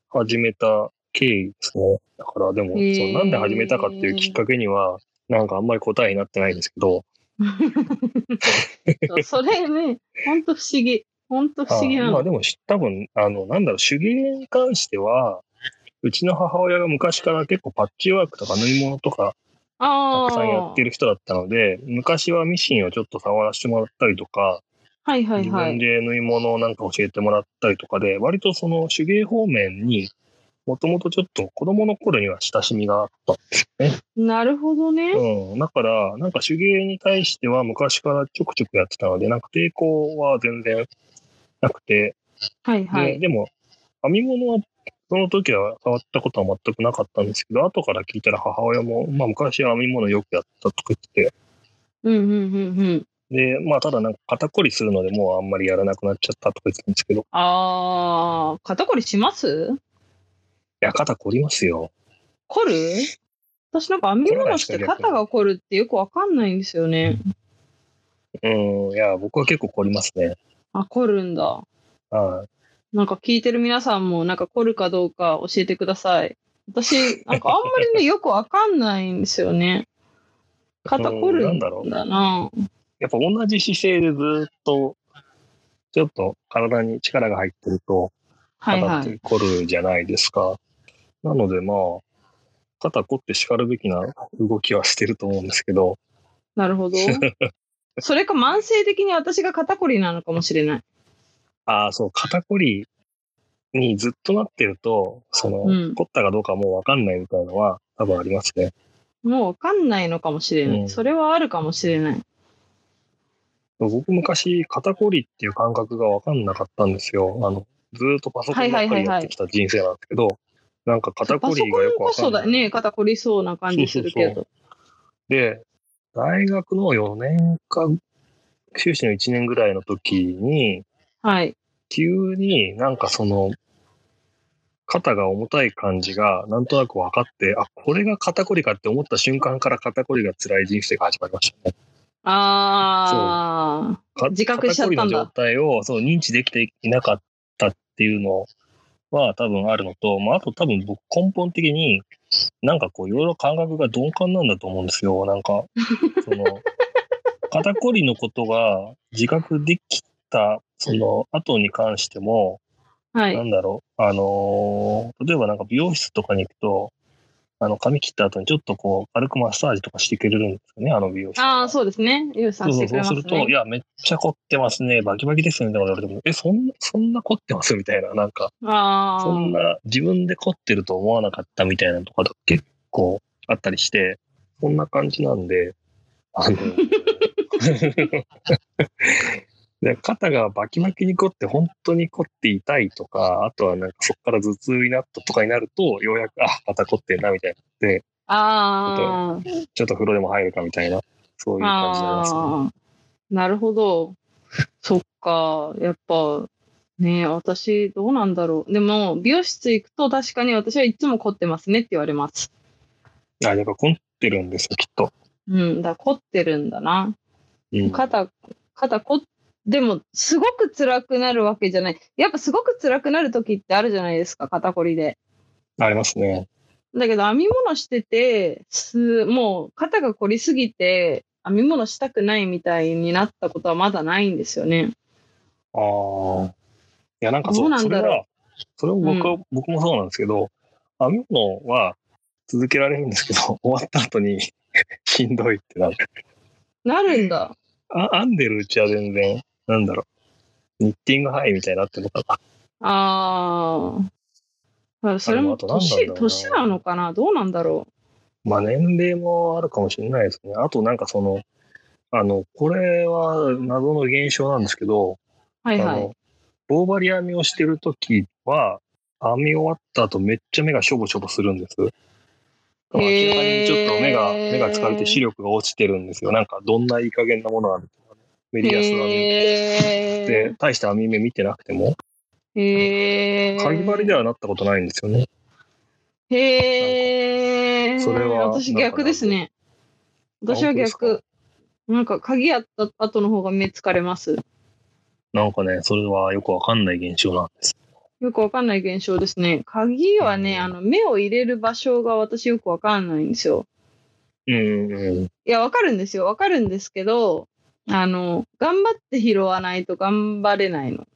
Speaker 2: 始めた経緯ですね。だからでも、
Speaker 1: へー
Speaker 2: そうなんで始めたかっていうきっかけには、なんかあんまり答えになってないんですけど、
Speaker 1: そうそれね、ほんと不思議。ほんと不思議
Speaker 2: あ
Speaker 1: な
Speaker 2: まあ
Speaker 1: の。
Speaker 2: でもし多分、あの、なんだろう、手芸に関しては、うちの母親が昔から結構パッチワークとか縫い物とかた
Speaker 1: あ
Speaker 2: くさんやっ
Speaker 1: あ
Speaker 2: て。る人だったので、昔はミシンをちょっと触らせてもらったりとか、
Speaker 1: はいはい
Speaker 2: 自
Speaker 1: は
Speaker 2: 分
Speaker 1: い。
Speaker 2: で縫い物をなんか教えてもらったりとかで、割とその手芸方面にもともとちょっと子供の頃には親しみがあった。
Speaker 1: なるほどね。
Speaker 2: うん。だから、なんか手芸に対しては昔からちょくちょくやってたので、なんか抵抗は全然なくて、
Speaker 1: はいは
Speaker 2: で
Speaker 1: い。
Speaker 2: でも、編み物は、その時は触ったことは全くなかったんですけど、後から聞いたら母親も、まあ昔は編み物よくやったとか言って
Speaker 1: うんうんうんうん。
Speaker 2: て、で、まあただなんか肩こりするのでもうあんまりやらなくなっちゃったとか言ってたんですけど、い
Speaker 1: ああ、肩こりします
Speaker 2: や、肩こりますよ。
Speaker 1: 凝る私なんか編み物して
Speaker 2: 凝らないですか逆に
Speaker 1: 肩が凝るってよくわかんないんですよね。
Speaker 2: うん、いや、僕は結構凝りますね。
Speaker 1: あ、凝るんだ。
Speaker 2: はい。
Speaker 1: なんか聞いてる皆さんもなんか凝るかどうか教えてください。私、なんかあんま
Speaker 2: [laughs]
Speaker 1: りね、よくわかんないんですよね。肩凝
Speaker 2: うん
Speaker 1: る
Speaker 2: なん
Speaker 1: ん
Speaker 2: だろう。
Speaker 1: だな。
Speaker 2: やっぱ同じ姿勢でずっと、ちょっと体に力が入ってると、
Speaker 1: はい
Speaker 2: [laughs] 肩
Speaker 1: は
Speaker 2: って
Speaker 1: い。
Speaker 2: 凝るじゃないですか。なのでまあ、肩凝って叱るべきな動きはしてると思うんですけど、
Speaker 1: なるほど。それか慢性的に私が肩こりなのかもしれ
Speaker 2: [laughs]
Speaker 1: ない。
Speaker 2: ああ、そう、肩こりにずっとなってると、その、
Speaker 1: うん
Speaker 2: 凝ったかどうかもうわかんないみたいなのは多分ありますね。
Speaker 1: もうわかんないのかもしれない。
Speaker 2: うん
Speaker 1: それはあるかもしれない。
Speaker 2: 僕昔、肩こりっていう感覚がわかんなかったんですよ。あの、ずーっとパソコンばっかりやってきた人生なんですけど、なんか肩
Speaker 1: パ
Speaker 2: こ
Speaker 1: ソ
Speaker 2: りが
Speaker 1: コ
Speaker 2: よ
Speaker 1: ン
Speaker 2: くわ
Speaker 1: こ
Speaker 2: か
Speaker 1: そ
Speaker 2: んな
Speaker 1: だ
Speaker 2: い。
Speaker 1: ね、肩こりそうな感じするけ
Speaker 2: そ
Speaker 1: ど。
Speaker 2: で、大学の4年か、修士の1年ぐらいの時に、
Speaker 1: はい。
Speaker 2: 急になんかその、肩が重たい感じがなんとなく分かって、あ、これが肩こりかって思った瞬間から肩こりが辛い人生が始まりましたね。
Speaker 1: あ
Speaker 2: か
Speaker 1: 自覚しちゃったんだ
Speaker 2: 肩こりの状態をそう認知できていなかったっていうのは多分あるのと、まあ、あと多分僕根本的になんかこういろいろ感覚が鈍感なんだと思うんですよ。なんか、そ
Speaker 1: [laughs]
Speaker 2: の、肩こりのことが自覚できたその後に関しても、
Speaker 1: あ、は。
Speaker 2: ないんだろう、あのー例えばなんか美容室とかに行くと、あの、髪切った後にちょっとこう、軽くマッサージとかしてくれるんですよね、あの美容師さんが。
Speaker 1: ああ、そうですね。ゆうさ
Speaker 2: そ
Speaker 1: ん
Speaker 2: う
Speaker 1: し
Speaker 2: そ
Speaker 1: て
Speaker 2: う、
Speaker 1: く
Speaker 2: そ
Speaker 1: れます
Speaker 2: う
Speaker 1: す
Speaker 2: ると、い
Speaker 1: ね。
Speaker 2: や、めっちゃ凝ってますね、バキバキですよね、とか言われても、え、そんな、そんな凝ってますみたいな、なんか、
Speaker 1: あ
Speaker 2: そん
Speaker 1: あ、
Speaker 2: な自分で凝ってると思わなかったみたいなとか結構あったりして、そんな感じなんで、あの、 [laughs] で肩がバキバキに凝って本当に凝って痛いとか、あとはなんかそこから頭痛になったとかになると、ようやく、あ、肩凝ってんなみたいな。
Speaker 1: あー
Speaker 2: ちょっと風呂でも入るかみたいな、そういう感じになりますね。
Speaker 1: あー、なるほど。そっか、やっぱ、ねえ私、どうなんだろう。でも、美容室行くと確かに私はいつも凝ってますねって言われます。
Speaker 2: あ、やっぱ凝ってるんですよ、きっと。
Speaker 1: うん、だから凝ってるんだな。
Speaker 2: うん、
Speaker 1: 肩、肩こ、でも、すごく辛くなるわけじゃない。やっぱすごく辛くなる時ってあるじゃないですか、肩こりで。
Speaker 2: ありますね。
Speaker 1: だけど、編み物してて、す、もう肩が凝りすぎて、編み物したくないみたいになったことはまだないんですよね。
Speaker 2: ああ。いや、なんかそ
Speaker 1: どう
Speaker 2: う、
Speaker 1: な
Speaker 2: そ
Speaker 1: ん
Speaker 2: れ
Speaker 1: だろ
Speaker 2: は、それも僕は、僕もそうなんですけど、編み物は続けられるんですけど、 [laughs] 終わった後にしんどいってなる。
Speaker 1: なるんだ。
Speaker 2: あ編んでるうちは全然、なんだろう、ニッティングハイみたいになってるのかな。
Speaker 1: ああ。それも
Speaker 2: あでもあと何なん
Speaker 1: 年、
Speaker 2: だろうな
Speaker 1: 年なのかなどうなんだろ
Speaker 2: まあ年齢もあるかもしれないですね。あとなんかその、あの、これは謎の現象なんですけど、
Speaker 1: うはい
Speaker 2: あ
Speaker 1: はい
Speaker 2: の。、棒針編みをしてるときは、編み終わった後めっちゃ目がしょぼしょぼするんです。明らかにちょっと目が、
Speaker 1: へー
Speaker 2: 目が疲れて視力が落ちてるんですよ。なんかどんないい加減なものがあるとかね。メディアスの編み
Speaker 1: へ
Speaker 2: て、大した網目見てなくても、
Speaker 1: へえ。
Speaker 2: カギ針りではなったことないんですよね。
Speaker 1: へえ。
Speaker 2: それは
Speaker 1: 私逆ですね。私は逆。なんか鍵やった後の方が目疲れます。
Speaker 2: なんかね、それはよくわかんない現象なんです。
Speaker 1: よくわかんない現象ですね。鍵はね、あの、目を入れる場所が私よくわかんないんですよ。
Speaker 2: うんうん。
Speaker 1: いや、わかるんですよ。わかるんですけど、あの、頑張って拾わないと頑張れないの。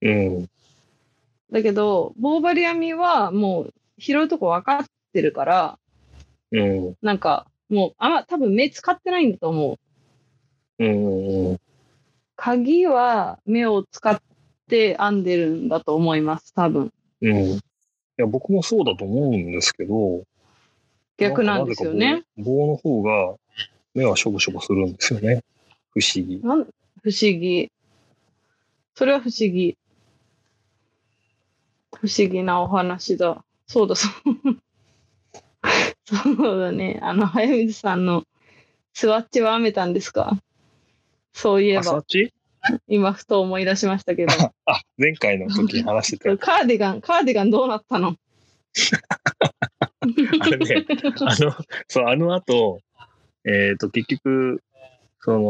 Speaker 2: うん。
Speaker 1: だけど、棒針り網はもう拾うとこ分かってるから、
Speaker 2: うん。
Speaker 1: なんかもう、あんま多分目使ってないんだと思う。
Speaker 2: うん。うん。
Speaker 1: 鍵は目を使って編んでるんだと思います、多分。
Speaker 2: うん。いや、僕もそうだと思うんですけど、
Speaker 1: 逆なんですよ
Speaker 2: な
Speaker 1: ね
Speaker 2: ん。か棒。棒の方が目はしょぼしょぼするんですよね。不思議。
Speaker 1: なん不思議。それは不思議。不思議なお話だ。そうだ、そう。 [laughs] そうだね。あの、早水さんのスワッチは編めたんですかそういえ
Speaker 2: あ、そ
Speaker 1: ば
Speaker 2: っ、ち
Speaker 1: 今ふと思い出しました
Speaker 2: [laughs]
Speaker 1: けど。
Speaker 2: あ、前回の時に話し
Speaker 1: [laughs]
Speaker 2: てたやつ
Speaker 1: カーディガン、カーディガンどうなったの
Speaker 2: あれね、あの、そう、あの後、えっ、と、結局、その、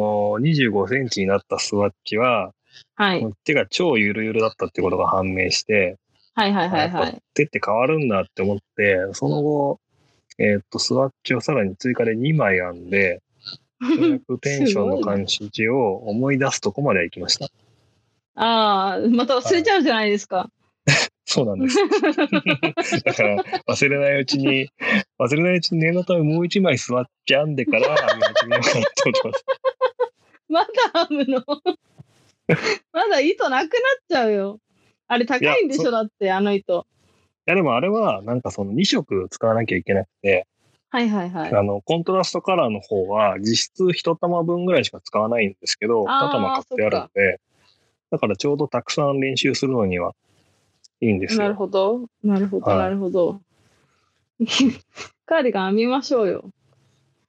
Speaker 2: 25センチになったスワッチは、
Speaker 1: はい
Speaker 2: も。う手が超ゆるゆるだったってことが判明して、
Speaker 1: はいはいはいは
Speaker 2: やっ
Speaker 1: い
Speaker 2: ぱ。手って変わるんだって思って、その後、えっ、と、スワッチをさらに追加で2枚編
Speaker 1: [laughs]
Speaker 2: んで、ようやくテンションの感じを思い出すとこまでは行きました。
Speaker 1: ああ、また忘れちゃうじゃないですか。
Speaker 2: そうなん
Speaker 1: [laughs]
Speaker 2: です。だから、忘れないうちに、忘れないうちに念のためもう1枚スワッチ編んでから編み始めようかなって思ってます。
Speaker 1: まだ編むの [laughs] まだ糸なくなっちゃうよ。あれ高いんで
Speaker 2: い
Speaker 1: し
Speaker 2: や
Speaker 1: ょだって、あの糸。
Speaker 2: いやでもあれは、なんかその2色使わなきゃいけなくて、
Speaker 1: はいはいはい。
Speaker 2: あの、コントラストカラーの方は実質1玉分ぐらいしか使わないんですけど、2
Speaker 1: あー
Speaker 2: 玉買ってあるので、だからちょうどたくさん練習するのにはいいんです
Speaker 1: なる
Speaker 2: よ。
Speaker 1: ほど。なるほど、
Speaker 2: はい
Speaker 1: なるほど。 [laughs] カーディガン編みましょうよ。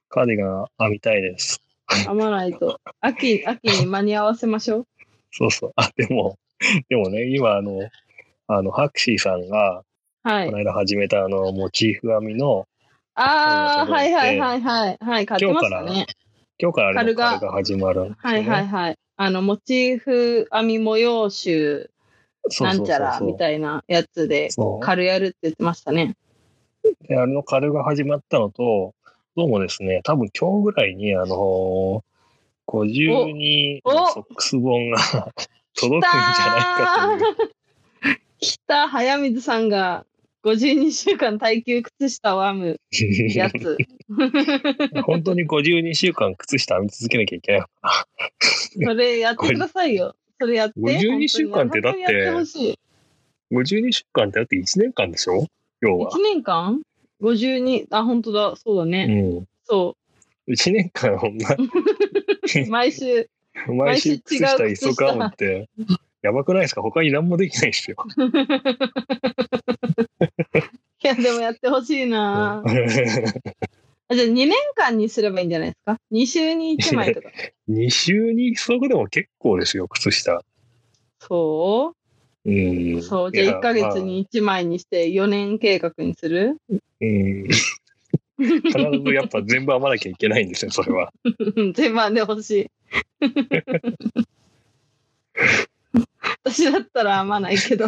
Speaker 2: カーディガン編みたいです。
Speaker 1: 編まないと。秋、秋に間に合わせましょう。
Speaker 2: そうそう。あ、でも、でもね、今あの、あの、ハクシーさんが、
Speaker 1: は
Speaker 2: こ
Speaker 1: い
Speaker 2: の。間始めたあの、モチーフ編みの、
Speaker 1: ああ、
Speaker 2: そう
Speaker 1: は
Speaker 2: いう
Speaker 1: い
Speaker 2: のが
Speaker 1: はいはいはい。はい、買ってましたね。
Speaker 2: 今日から
Speaker 1: カ
Speaker 2: あれの
Speaker 1: ルガ
Speaker 2: カルが始まるんです
Speaker 1: は
Speaker 2: よ
Speaker 1: い
Speaker 2: ね。
Speaker 1: はいはい。あの、モチーフ編み模様集
Speaker 2: そう
Speaker 1: な
Speaker 2: そ
Speaker 1: ん
Speaker 2: う
Speaker 1: ち
Speaker 2: そ
Speaker 1: ゃ
Speaker 2: う
Speaker 1: ら
Speaker 2: そう
Speaker 1: みたいなやつで、
Speaker 2: そう。
Speaker 1: 軽やるって言ってましたね。
Speaker 2: で、あれのカルが始まったのと、どうもですね、多分今日ぐらいに、あのー、52
Speaker 1: お
Speaker 2: の
Speaker 1: お
Speaker 2: ソックス本が [laughs] 届くんじゃないかという。
Speaker 1: 来た早水さんが52週間耐久靴下を編むや
Speaker 2: [laughs]
Speaker 1: つ。
Speaker 2: 本当に52週間靴下編み続けなきゃいけないのかな。
Speaker 1: それやってくださいよ。それやって。
Speaker 2: 52
Speaker 1: 本当に
Speaker 2: 週間ってだって
Speaker 1: 本当にやってほしい。
Speaker 2: 52週間ってだって1年間でしょ要は
Speaker 1: 1。年間 ?52、あ、本当だ、そうだ
Speaker 2: う
Speaker 1: ね。
Speaker 2: ん。
Speaker 1: そ
Speaker 2: 1年間、ほんま、
Speaker 1: う。毎週、
Speaker 2: 毎週
Speaker 1: 毎週
Speaker 2: 靴
Speaker 1: 違う
Speaker 2: 下一足編むって、やばくないですか他に何もできないですよ。
Speaker 1: いや、でもやってほしいな。あじゃあ2年間にすればいいんじゃないですか ?2 週に1枚と
Speaker 2: [laughs]
Speaker 1: か。
Speaker 2: 2週に一足でも結構ですよ、靴下。
Speaker 1: そう
Speaker 2: うん。
Speaker 1: そう、じゃあ1ヶ
Speaker 2: いやま
Speaker 1: 月に1枚にして4年計画にす
Speaker 2: [laughs]
Speaker 1: る
Speaker 2: うん。必ずやっぱ全部編まなきゃいけないんですよ、それは。
Speaker 1: 全番でほし
Speaker 2: [laughs]
Speaker 1: い。私だったら編まないけど。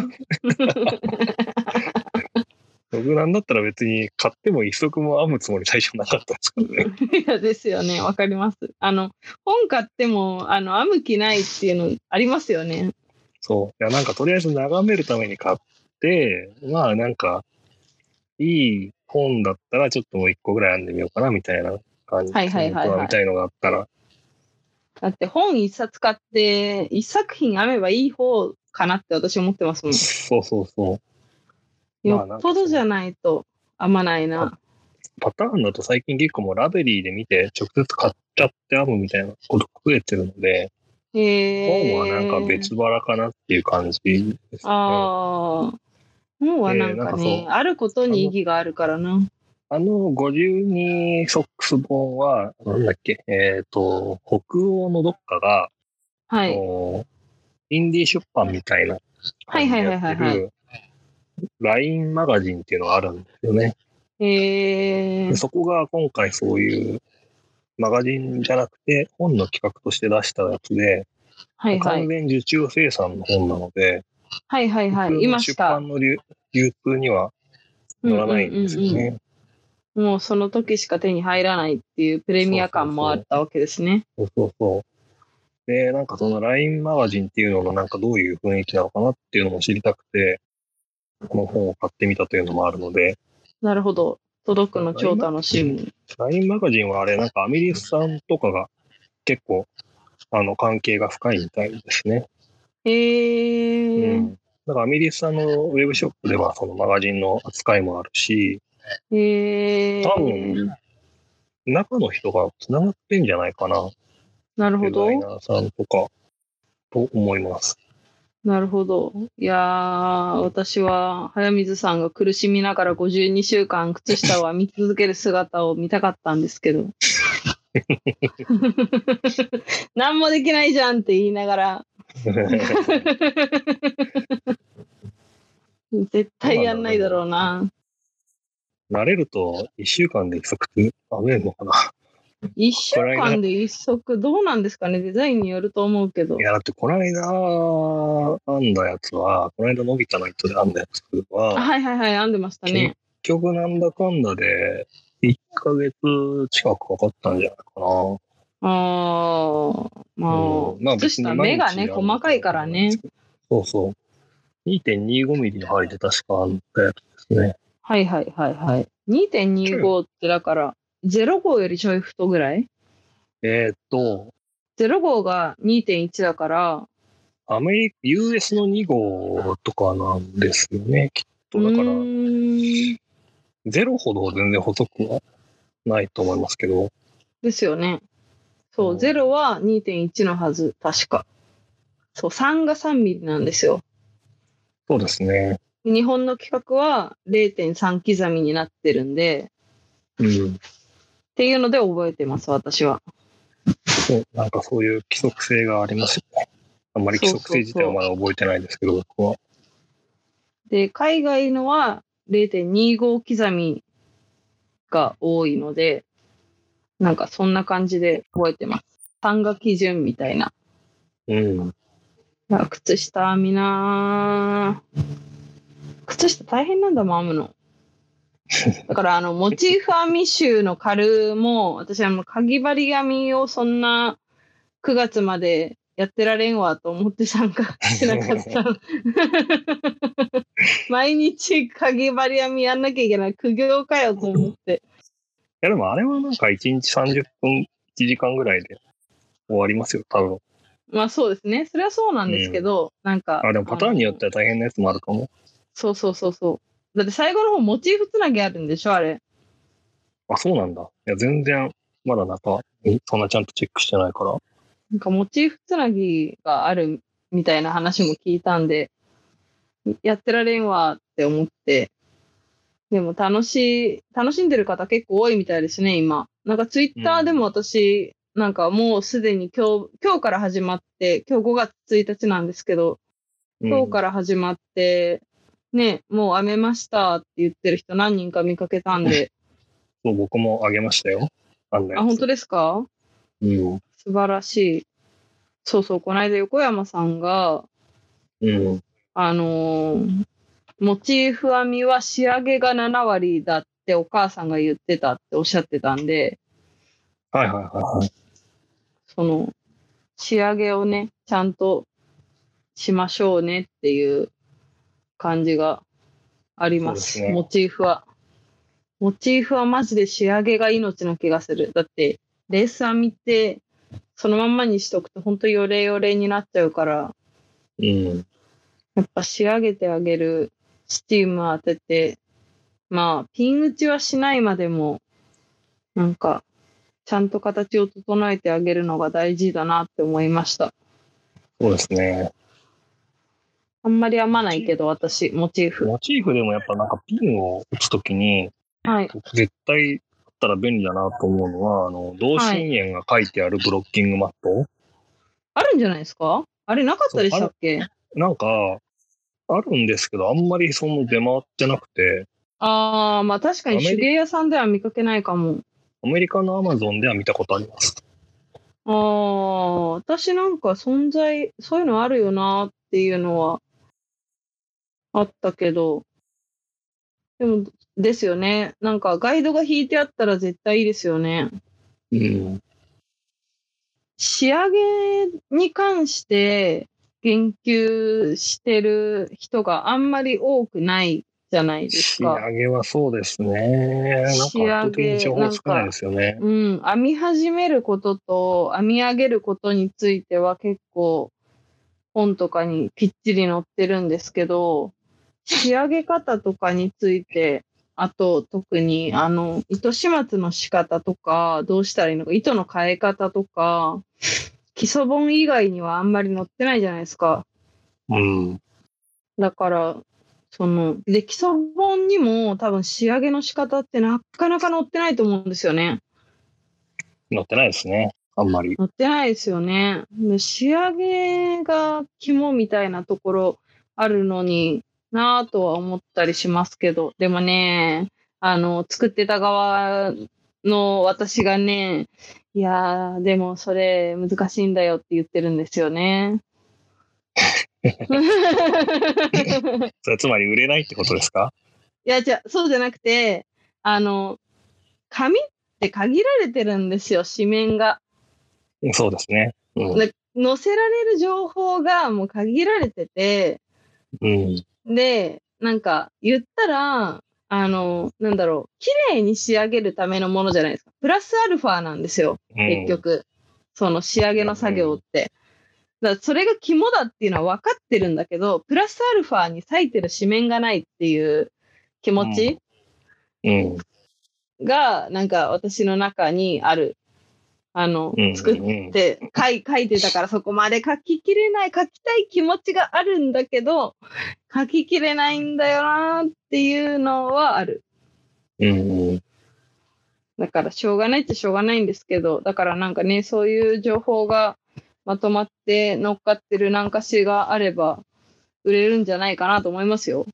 Speaker 2: 僕なんだったら別に買っても一足も編むつもり最初なかったですからね。
Speaker 1: いやですよね、わかります。あの、本買っても、あの、編む気ないっていうのありますよね。
Speaker 2: そう。いや、なんかとりあえず眺めるために買って、まあなんか、いい本だったらちょっともう一個ぐらい編んでみようかなみたいな感じ。
Speaker 1: はいはいはいはい
Speaker 2: 僕みたいのがあったら。
Speaker 1: だって本一冊買って、一作品編めばいい方かなって私思ってますもん。
Speaker 2: そうそうそう。まあ
Speaker 1: よっぽどじゃないと編まないな。
Speaker 2: パターンだと最近結構もうラベリーで見て直接買っちゃって編むみたいなこと増えてるので、
Speaker 1: へえ。
Speaker 2: 本はなんか別腹かなっていう感じですね。
Speaker 1: ああ。本はなんか
Speaker 2: えーなん
Speaker 1: ね、
Speaker 2: か
Speaker 1: あることに意義があるからな。
Speaker 2: あの52ソックス本は、なんだっけ、えっ、と、北欧のどっかが、
Speaker 1: は
Speaker 2: あ
Speaker 1: い。
Speaker 2: のインディー出版みたいな
Speaker 1: はいはいはいはいはい
Speaker 2: やってる LINE マガジンっていうのがあるんですよね。
Speaker 1: へえ
Speaker 2: で。そこが今回そういうマガジンじゃなくて本の企画として出したやつで、
Speaker 1: はいは
Speaker 2: 完
Speaker 1: い。
Speaker 2: 全受注生産の本なので、
Speaker 1: はいはいは
Speaker 2: 普通
Speaker 1: い。い
Speaker 2: の
Speaker 1: ま
Speaker 2: 出
Speaker 1: した。
Speaker 2: 版の流流通には乗らないんですよ
Speaker 1: うんうんうん
Speaker 2: ね。
Speaker 1: もうその時しか手に入らないっていうプレミア感もあったわけですね。
Speaker 2: そうそうそう。で、なんかその LINE マガジンっていうのがなんかどういう雰囲気なのかなっていうのも知りたくて、この本を買ってみたというのもあるので、
Speaker 1: なるほど。届くの超楽しみ。
Speaker 2: LINE マガジンはあれ、なんかアメリスさんとかが結構、あの、関係が深いみたいですね。
Speaker 1: へ
Speaker 2: う
Speaker 1: え。
Speaker 2: ん。だからアメリスさんのウェブショップではそのマガジンの扱いもあるし、
Speaker 1: へえ。
Speaker 2: 多分、中の人が繋がってんじゃないかな、
Speaker 1: なるほ
Speaker 2: デ
Speaker 1: ど
Speaker 2: ザイ。ナーさんとか、と思います。 [laughs]
Speaker 1: なるほど。いやー、私は早水さんが苦しみながら52週間靴下を編み続ける姿を見たかったんですけど。 [laughs] 何もできないじゃんって言いながら、絶対やんないだろうな。
Speaker 2: 慣れると1週間で一足編めるのかな。
Speaker 1: 1週間で1足どうなんですかねデザインによると思うけど
Speaker 2: い。や、だってこの間編んだやつは、この間のび太の糸で編んだやつ
Speaker 1: あ
Speaker 2: は、
Speaker 1: はいはいはい、編んでましたね。
Speaker 2: 結局なんだかんだで、1ヶ月近くかかったんじゃないかな。
Speaker 1: ああ、まあ、
Speaker 2: うんまあ
Speaker 1: 靴
Speaker 2: 別に
Speaker 1: 下
Speaker 2: 毎
Speaker 1: 目
Speaker 2: 日
Speaker 1: がね、
Speaker 2: やる
Speaker 1: 細かいからね。
Speaker 2: そうそう。2.25ミリの針で確か編んだやつですね。
Speaker 1: はいはいはいはい。2.25ってだから、0号よりちょい太ぐらい
Speaker 2: えーっと、
Speaker 1: 0号が2.1だから、
Speaker 2: アメリカ、US の2号とかなんですよね、きっと。だか
Speaker 1: う
Speaker 2: ら、
Speaker 1: ーん
Speaker 2: ゼロほど全然細くはないと思いますけど、
Speaker 1: ですよね。そうう、
Speaker 2: ん
Speaker 1: 0は2.1のはず、確か。そう、3が3ミリなんですよ。
Speaker 2: そうですね。
Speaker 1: 日本の規格は0.3刻みになってるんで、
Speaker 2: うん。
Speaker 1: っていうので覚えてます、私は。
Speaker 2: そうなんかそういう規則性がありますよね。あんまり規則性自体はまだ覚えてないですけど、僕は。
Speaker 1: で、海外のは0.25刻みが多いので、なんかそんな感じで覚えてます。3が基準みたいな。
Speaker 2: うん。
Speaker 1: いや靴下編みなぁ靴下大変なんだもん編む
Speaker 2: [laughs]
Speaker 1: の。だからあの、モチーフ編み集のカルーも、私はもう、かぎ針編みをそんな9月までやってられんわと思って参加してなか
Speaker 2: [laughs]
Speaker 1: った。毎日かぎ針編みやんなきゃいけない。苦行かよと思って。
Speaker 2: いやでもあれはなんか1日30分、1時間ぐらいで終わりますよ、多分。
Speaker 1: まあそうですね。それはそうなんですけど、なんか。
Speaker 2: あ、でもパターンによっては大変なやつもあるかも。
Speaker 1: そうそうそうそう。だって最後の方モチーフつなぎあるんでしょあれ。
Speaker 2: あ、そうなんだ。いや、全然、まだ中、そんなちゃんとチェックしてないから。。
Speaker 1: なんかモチーフつなぎがあるみたいな話も聞いたんで、やってられんわって思って、でも楽しい、楽しんでる方結構多いみたいですね、今。なんかツイッターでも私、なんかもうすでに今日、今日から始まって、今日5月1日なんですけど、今日からら始まって、ね、もう編めましたって言ってる人何人か見かけたんで、
Speaker 2: そう、僕もあげましたよ。あんなやつ。
Speaker 1: あ、本当ですか
Speaker 2: うん。
Speaker 1: 素晴らしい。そうそう、この間横山さんが、
Speaker 2: うん。
Speaker 1: あのーモチーフ編みは仕上げが7割だってお母さんが言ってたっておっしゃってたんで、
Speaker 2: はいはいはいはい。
Speaker 1: その、仕上げをね、ちゃんとしましょうねっていう感じがあります。
Speaker 2: そうですね
Speaker 1: モチーフは。モチーフはマジで仕上げが命の気がする。だって、レース編みって、そのまんまにしとくと本当ヨレヨレになっちゃうから、
Speaker 2: うん。
Speaker 1: やっぱ仕上げてあげる、スチーム当てて、まあ、ピン打ちはしないまでも、なんか、ちゃんと形を整えてあげるのが大事だなって思いました。
Speaker 2: そうですね。
Speaker 1: あんまり編まないけど、私、モチーフ。
Speaker 2: モチーフでもやっぱなんかピンを打つときに、
Speaker 1: はい。
Speaker 2: 絶対あったら便利だなと思うのは、あの、同心円が書いてあるブロッキングマット、
Speaker 1: あるんじゃないですかあれなかったでしたっけ
Speaker 2: なんか、あるんですけど、あんまりその出回ってなくて、
Speaker 1: ああ、まあ確かに
Speaker 2: アメ
Speaker 1: 手
Speaker 2: リ
Speaker 1: 芸屋さんでは見かけないかも。
Speaker 2: アメリカのアマゾンでは見たことあります。
Speaker 1: ああ、私なんか存在、そういうのあるよなっていうのはあったけど、でも、ですよね。なんかガイドが引いてあったら絶対いいですよね。
Speaker 2: うん。
Speaker 1: 仕上げに関して言及してる人があんまり多くないじゃないです
Speaker 2: 仕
Speaker 1: か。
Speaker 2: 上げはそうですね。なんか圧
Speaker 1: 仕上げ
Speaker 2: 倒的に情報つかないですよね。
Speaker 1: うん、編み始めることと編み上げることについては結構本とかにきっちり載ってるんですけど仕上げ方とかについてあと特にあの糸始末の仕方とかどうしたらいいのか糸の変え方とか基礎本以外にはあんまり載ってないじゃないですか。
Speaker 2: うん。
Speaker 1: だから、その、で、基礎本にも多分仕上げの仕方ってなかなか載ってないと思うんですよね。
Speaker 2: 載ってないですね。あんまり。
Speaker 1: 載ってないですよね。で仕上げが肝みたいなところあるのになぁとは思ったりしますけど、でもね、あの、作ってた側の私がね、いやー、でもそれ難しいんだよって言ってるんですよね。 [laughs]
Speaker 2: それつまり売れないってことですか
Speaker 1: いや、じゃあそうじゃなくて、あの、紙って限られてるんですよ、紙面が。
Speaker 2: うんそうですね。うん。
Speaker 1: 載せられる情報がもう限られてて、
Speaker 2: うん。
Speaker 1: で、なんか言ったら、あの、なんだろう、綺麗に仕上げるためのものじゃないですか。プラスアルファなんですよ、
Speaker 2: うん
Speaker 1: 結局。その仕上げの作業って。だからそれが肝だっていうのは分かってるんだけど、プラスアルファに割いてる紙面がないっていう気持ち
Speaker 2: うん。
Speaker 1: が、なんか私の中にある。あの
Speaker 2: う、ん。
Speaker 1: 作っ
Speaker 2: うん
Speaker 1: って書い書いてたからそこまで書ききれない書きたい気持ちがあるんだけど書ききれないんだよなっていうのはある
Speaker 2: うん。うん
Speaker 1: だからしょうがないっちゃしょうがないんですけどだからなんかねそういう情報がまとまって乗っかってる何かしがあれば売れるんじゃないかなと思いますよ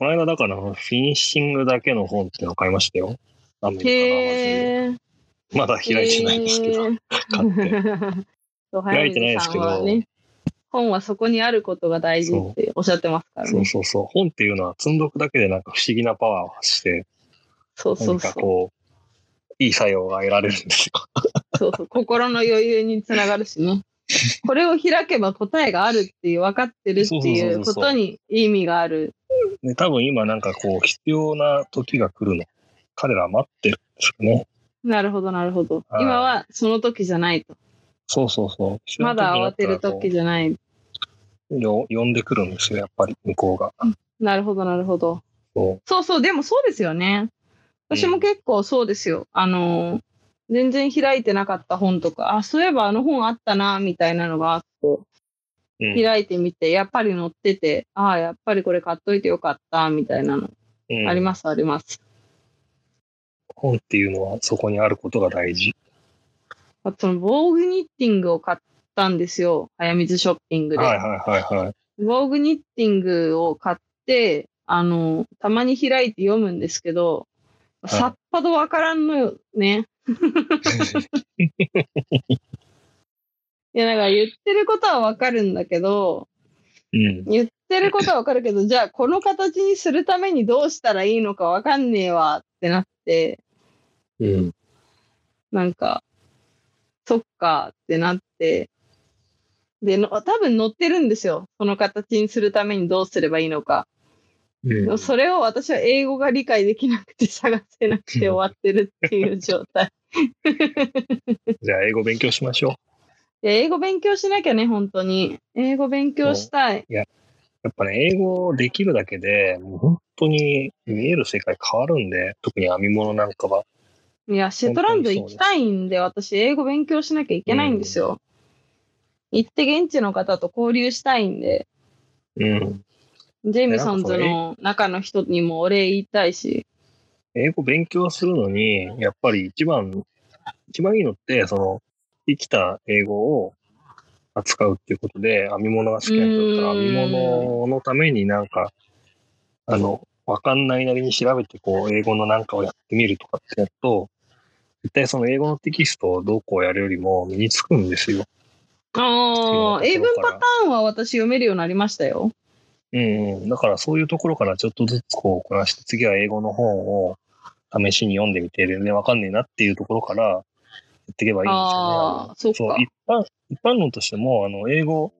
Speaker 2: この間だから、フィニッシングだけの本っていうのを買いましたよ。アメリカのアマゾンで
Speaker 1: へえ
Speaker 2: まだ開いてないんですけど、
Speaker 1: [laughs]
Speaker 2: 買って。
Speaker 1: そう
Speaker 2: 開いてないですけど
Speaker 1: 早水さんはね本はそこにあることが大事っておっしゃってますから
Speaker 2: そう
Speaker 1: ね。
Speaker 2: そうそう。本っていうのは積んどくだけでなんか不思議なパワーを発して、
Speaker 1: そうそ
Speaker 2: 何
Speaker 1: うそ
Speaker 2: か
Speaker 1: う。
Speaker 2: こう、いい作用が得られるんですよ。
Speaker 1: そうそう、心の余裕につながるしね。これを開けば答えがあるっていう、分かってるっていう
Speaker 2: そうそうそうそ
Speaker 1: こ
Speaker 2: う
Speaker 1: とに意味がある。
Speaker 2: で多分今なんかこう、必要な時が来るの。彼らは待ってるんですよね。
Speaker 1: なるほど、なるほど。
Speaker 2: はい
Speaker 1: 今はその時じゃないと。
Speaker 2: そうそうそう。必要
Speaker 1: ま
Speaker 2: な
Speaker 1: だ
Speaker 2: 時にな
Speaker 1: 慌
Speaker 2: った
Speaker 1: て
Speaker 2: ら
Speaker 1: る時じゃない。
Speaker 2: こうよ呼んでくるんですよ、やっぱり向こうが。
Speaker 1: なるほど、なるほど。
Speaker 2: そう
Speaker 1: そうそう、でもそうですよね。私も結構そうですよ。あのー、全然開いてなかった本とか、あ、そういえばあの本あったな、みたいなのがあって、
Speaker 2: うん
Speaker 1: 開いてみて、やっぱり載ってて、ああ、やっぱりこれ買っといてよかった、みたいなの。
Speaker 2: うん
Speaker 1: あります、あります。
Speaker 2: 本っていうのはそこにあることが大事。
Speaker 1: あとその防具ニッティングを買ったんですよ。早水ショッピングで。
Speaker 2: はいはいはい [laughs] はい。
Speaker 1: 防具ニッティングを買って、あの、たまに開いて読むんですけど、
Speaker 2: い
Speaker 1: さっぱとわからんのよね。いや、だから言ってることはわかるんだけど、
Speaker 2: うん。
Speaker 1: 言ってることはわかるけど、じゃあこの形にするためにどうしたらいいのかわかんねえわってなって、
Speaker 2: うん。
Speaker 1: なんか、そっかってなって、で、の多分載ってるんですよ。その形にするためにどうすればいいのか。
Speaker 2: うん、
Speaker 1: それを私は英語が理解できなくて探せなくて終わってるっていう状
Speaker 2: [laughs]
Speaker 1: 態。
Speaker 2: じゃあ、英語勉強しましょう。
Speaker 1: いや、英語勉強しなきゃね、本当に。英語勉強したい。
Speaker 2: やっぱね、英語できるだけで、もう本当に見える世界変わるんで、特に編み物なんかは。
Speaker 1: いや、シェトランド行きたいんで、私、英語勉強しなきゃいけないんですよ。行って現地の方と交流したいんで、
Speaker 2: うん。
Speaker 1: ジェイミソンズ
Speaker 2: いや
Speaker 1: の中の人にもお礼言いたいし。
Speaker 2: 英語勉強するのに、やっぱり一番、一番いいのって、その、生きた英語を扱うっていうことで、編み物が好きな人だったら、
Speaker 1: う
Speaker 2: 編み
Speaker 1: ーん
Speaker 2: 物のためになんか、あの、わかんないなりに調べて、こう、英語のなんかをやってみるとかってやると、絶対その英語のテキストをどうこうやるよりも身につくんですよ。
Speaker 1: ああ、
Speaker 2: 違
Speaker 1: 英
Speaker 2: うところ
Speaker 1: 文
Speaker 2: から
Speaker 1: パターンは私読めるようになりましたよ。
Speaker 2: うんうん。だからそういうところからちょっとずつこうこなして、次は英語の本を試しに読んでみて、全然わかんねえなっていうところからやっていけばいいんですよね
Speaker 1: あ。あ、そう
Speaker 2: そう
Speaker 1: か。
Speaker 2: 一般一般論としてもあの英語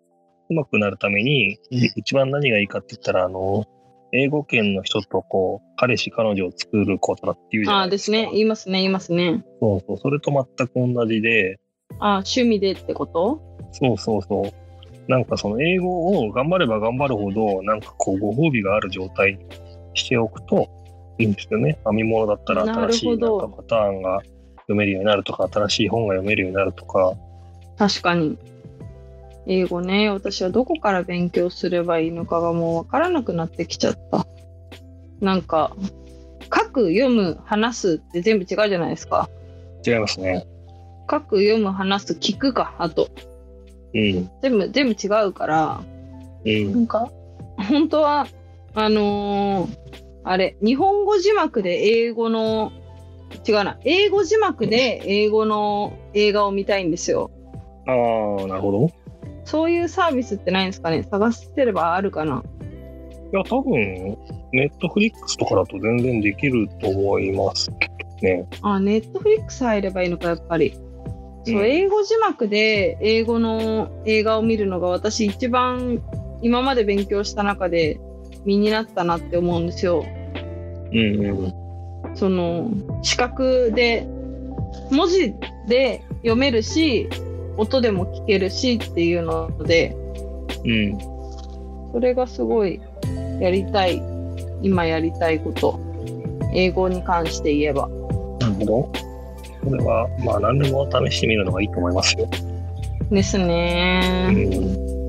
Speaker 2: 上手くなるために一番何がいいかって言ったらあの英語圏の人とこう彼氏彼女を作ることだっていうじゃ
Speaker 1: あ
Speaker 2: な
Speaker 1: あ
Speaker 2: い
Speaker 1: で
Speaker 2: ですすか。
Speaker 1: ね。言いますね、言いますね。
Speaker 2: そうそうそれと全く同じで
Speaker 1: ああ、趣味でってこと
Speaker 2: そうそうそうなんかその英語を頑張れば頑張るほどなんかこうご褒美がある状態にしておくといいんですよね。編み物だったら新しい
Speaker 1: なる
Speaker 2: なん
Speaker 1: ほど
Speaker 2: かパターンが読めるようになるとか新しい本が読めるようになるとか。
Speaker 1: 確かに。英語ね、私はどこから勉強すればいいのかがもうわからなくなってきちゃった。なんか、書く、読む、話すって全部違うじゃないですか。
Speaker 2: 違いますね。
Speaker 1: 書く、読む、話す、聞くか、あと。
Speaker 2: うん。
Speaker 1: 全部、全部違うから、
Speaker 2: うん。
Speaker 1: なんか、本当は、あのーあれ、日本語字幕で英語の、違うな、英語字幕で英語の映画を見たいんですよ。
Speaker 2: ああ、なるほど。
Speaker 1: そういうサービスってないんですかね探してればあるかな。
Speaker 2: いや、多分、ネットフリックスとかだと全然できると思いますね。
Speaker 1: あ、ネットフリックス入ればいいのか、やっぱり。そう、
Speaker 2: うん
Speaker 1: 英語字幕で英語の映画を見るのが私一番今まで勉強した中で身になったなって思うんですよ。
Speaker 2: うんうん。
Speaker 1: その視覚で文字で読めるし音でも聞けるしっていうので
Speaker 2: うん。
Speaker 1: それがすごいやりたい今やりたいこと英語に関して言えば
Speaker 2: なるほど。これは、まあ、何でも試してみるのがいいと思いますよ。
Speaker 1: です
Speaker 2: う
Speaker 1: ね
Speaker 2: ん。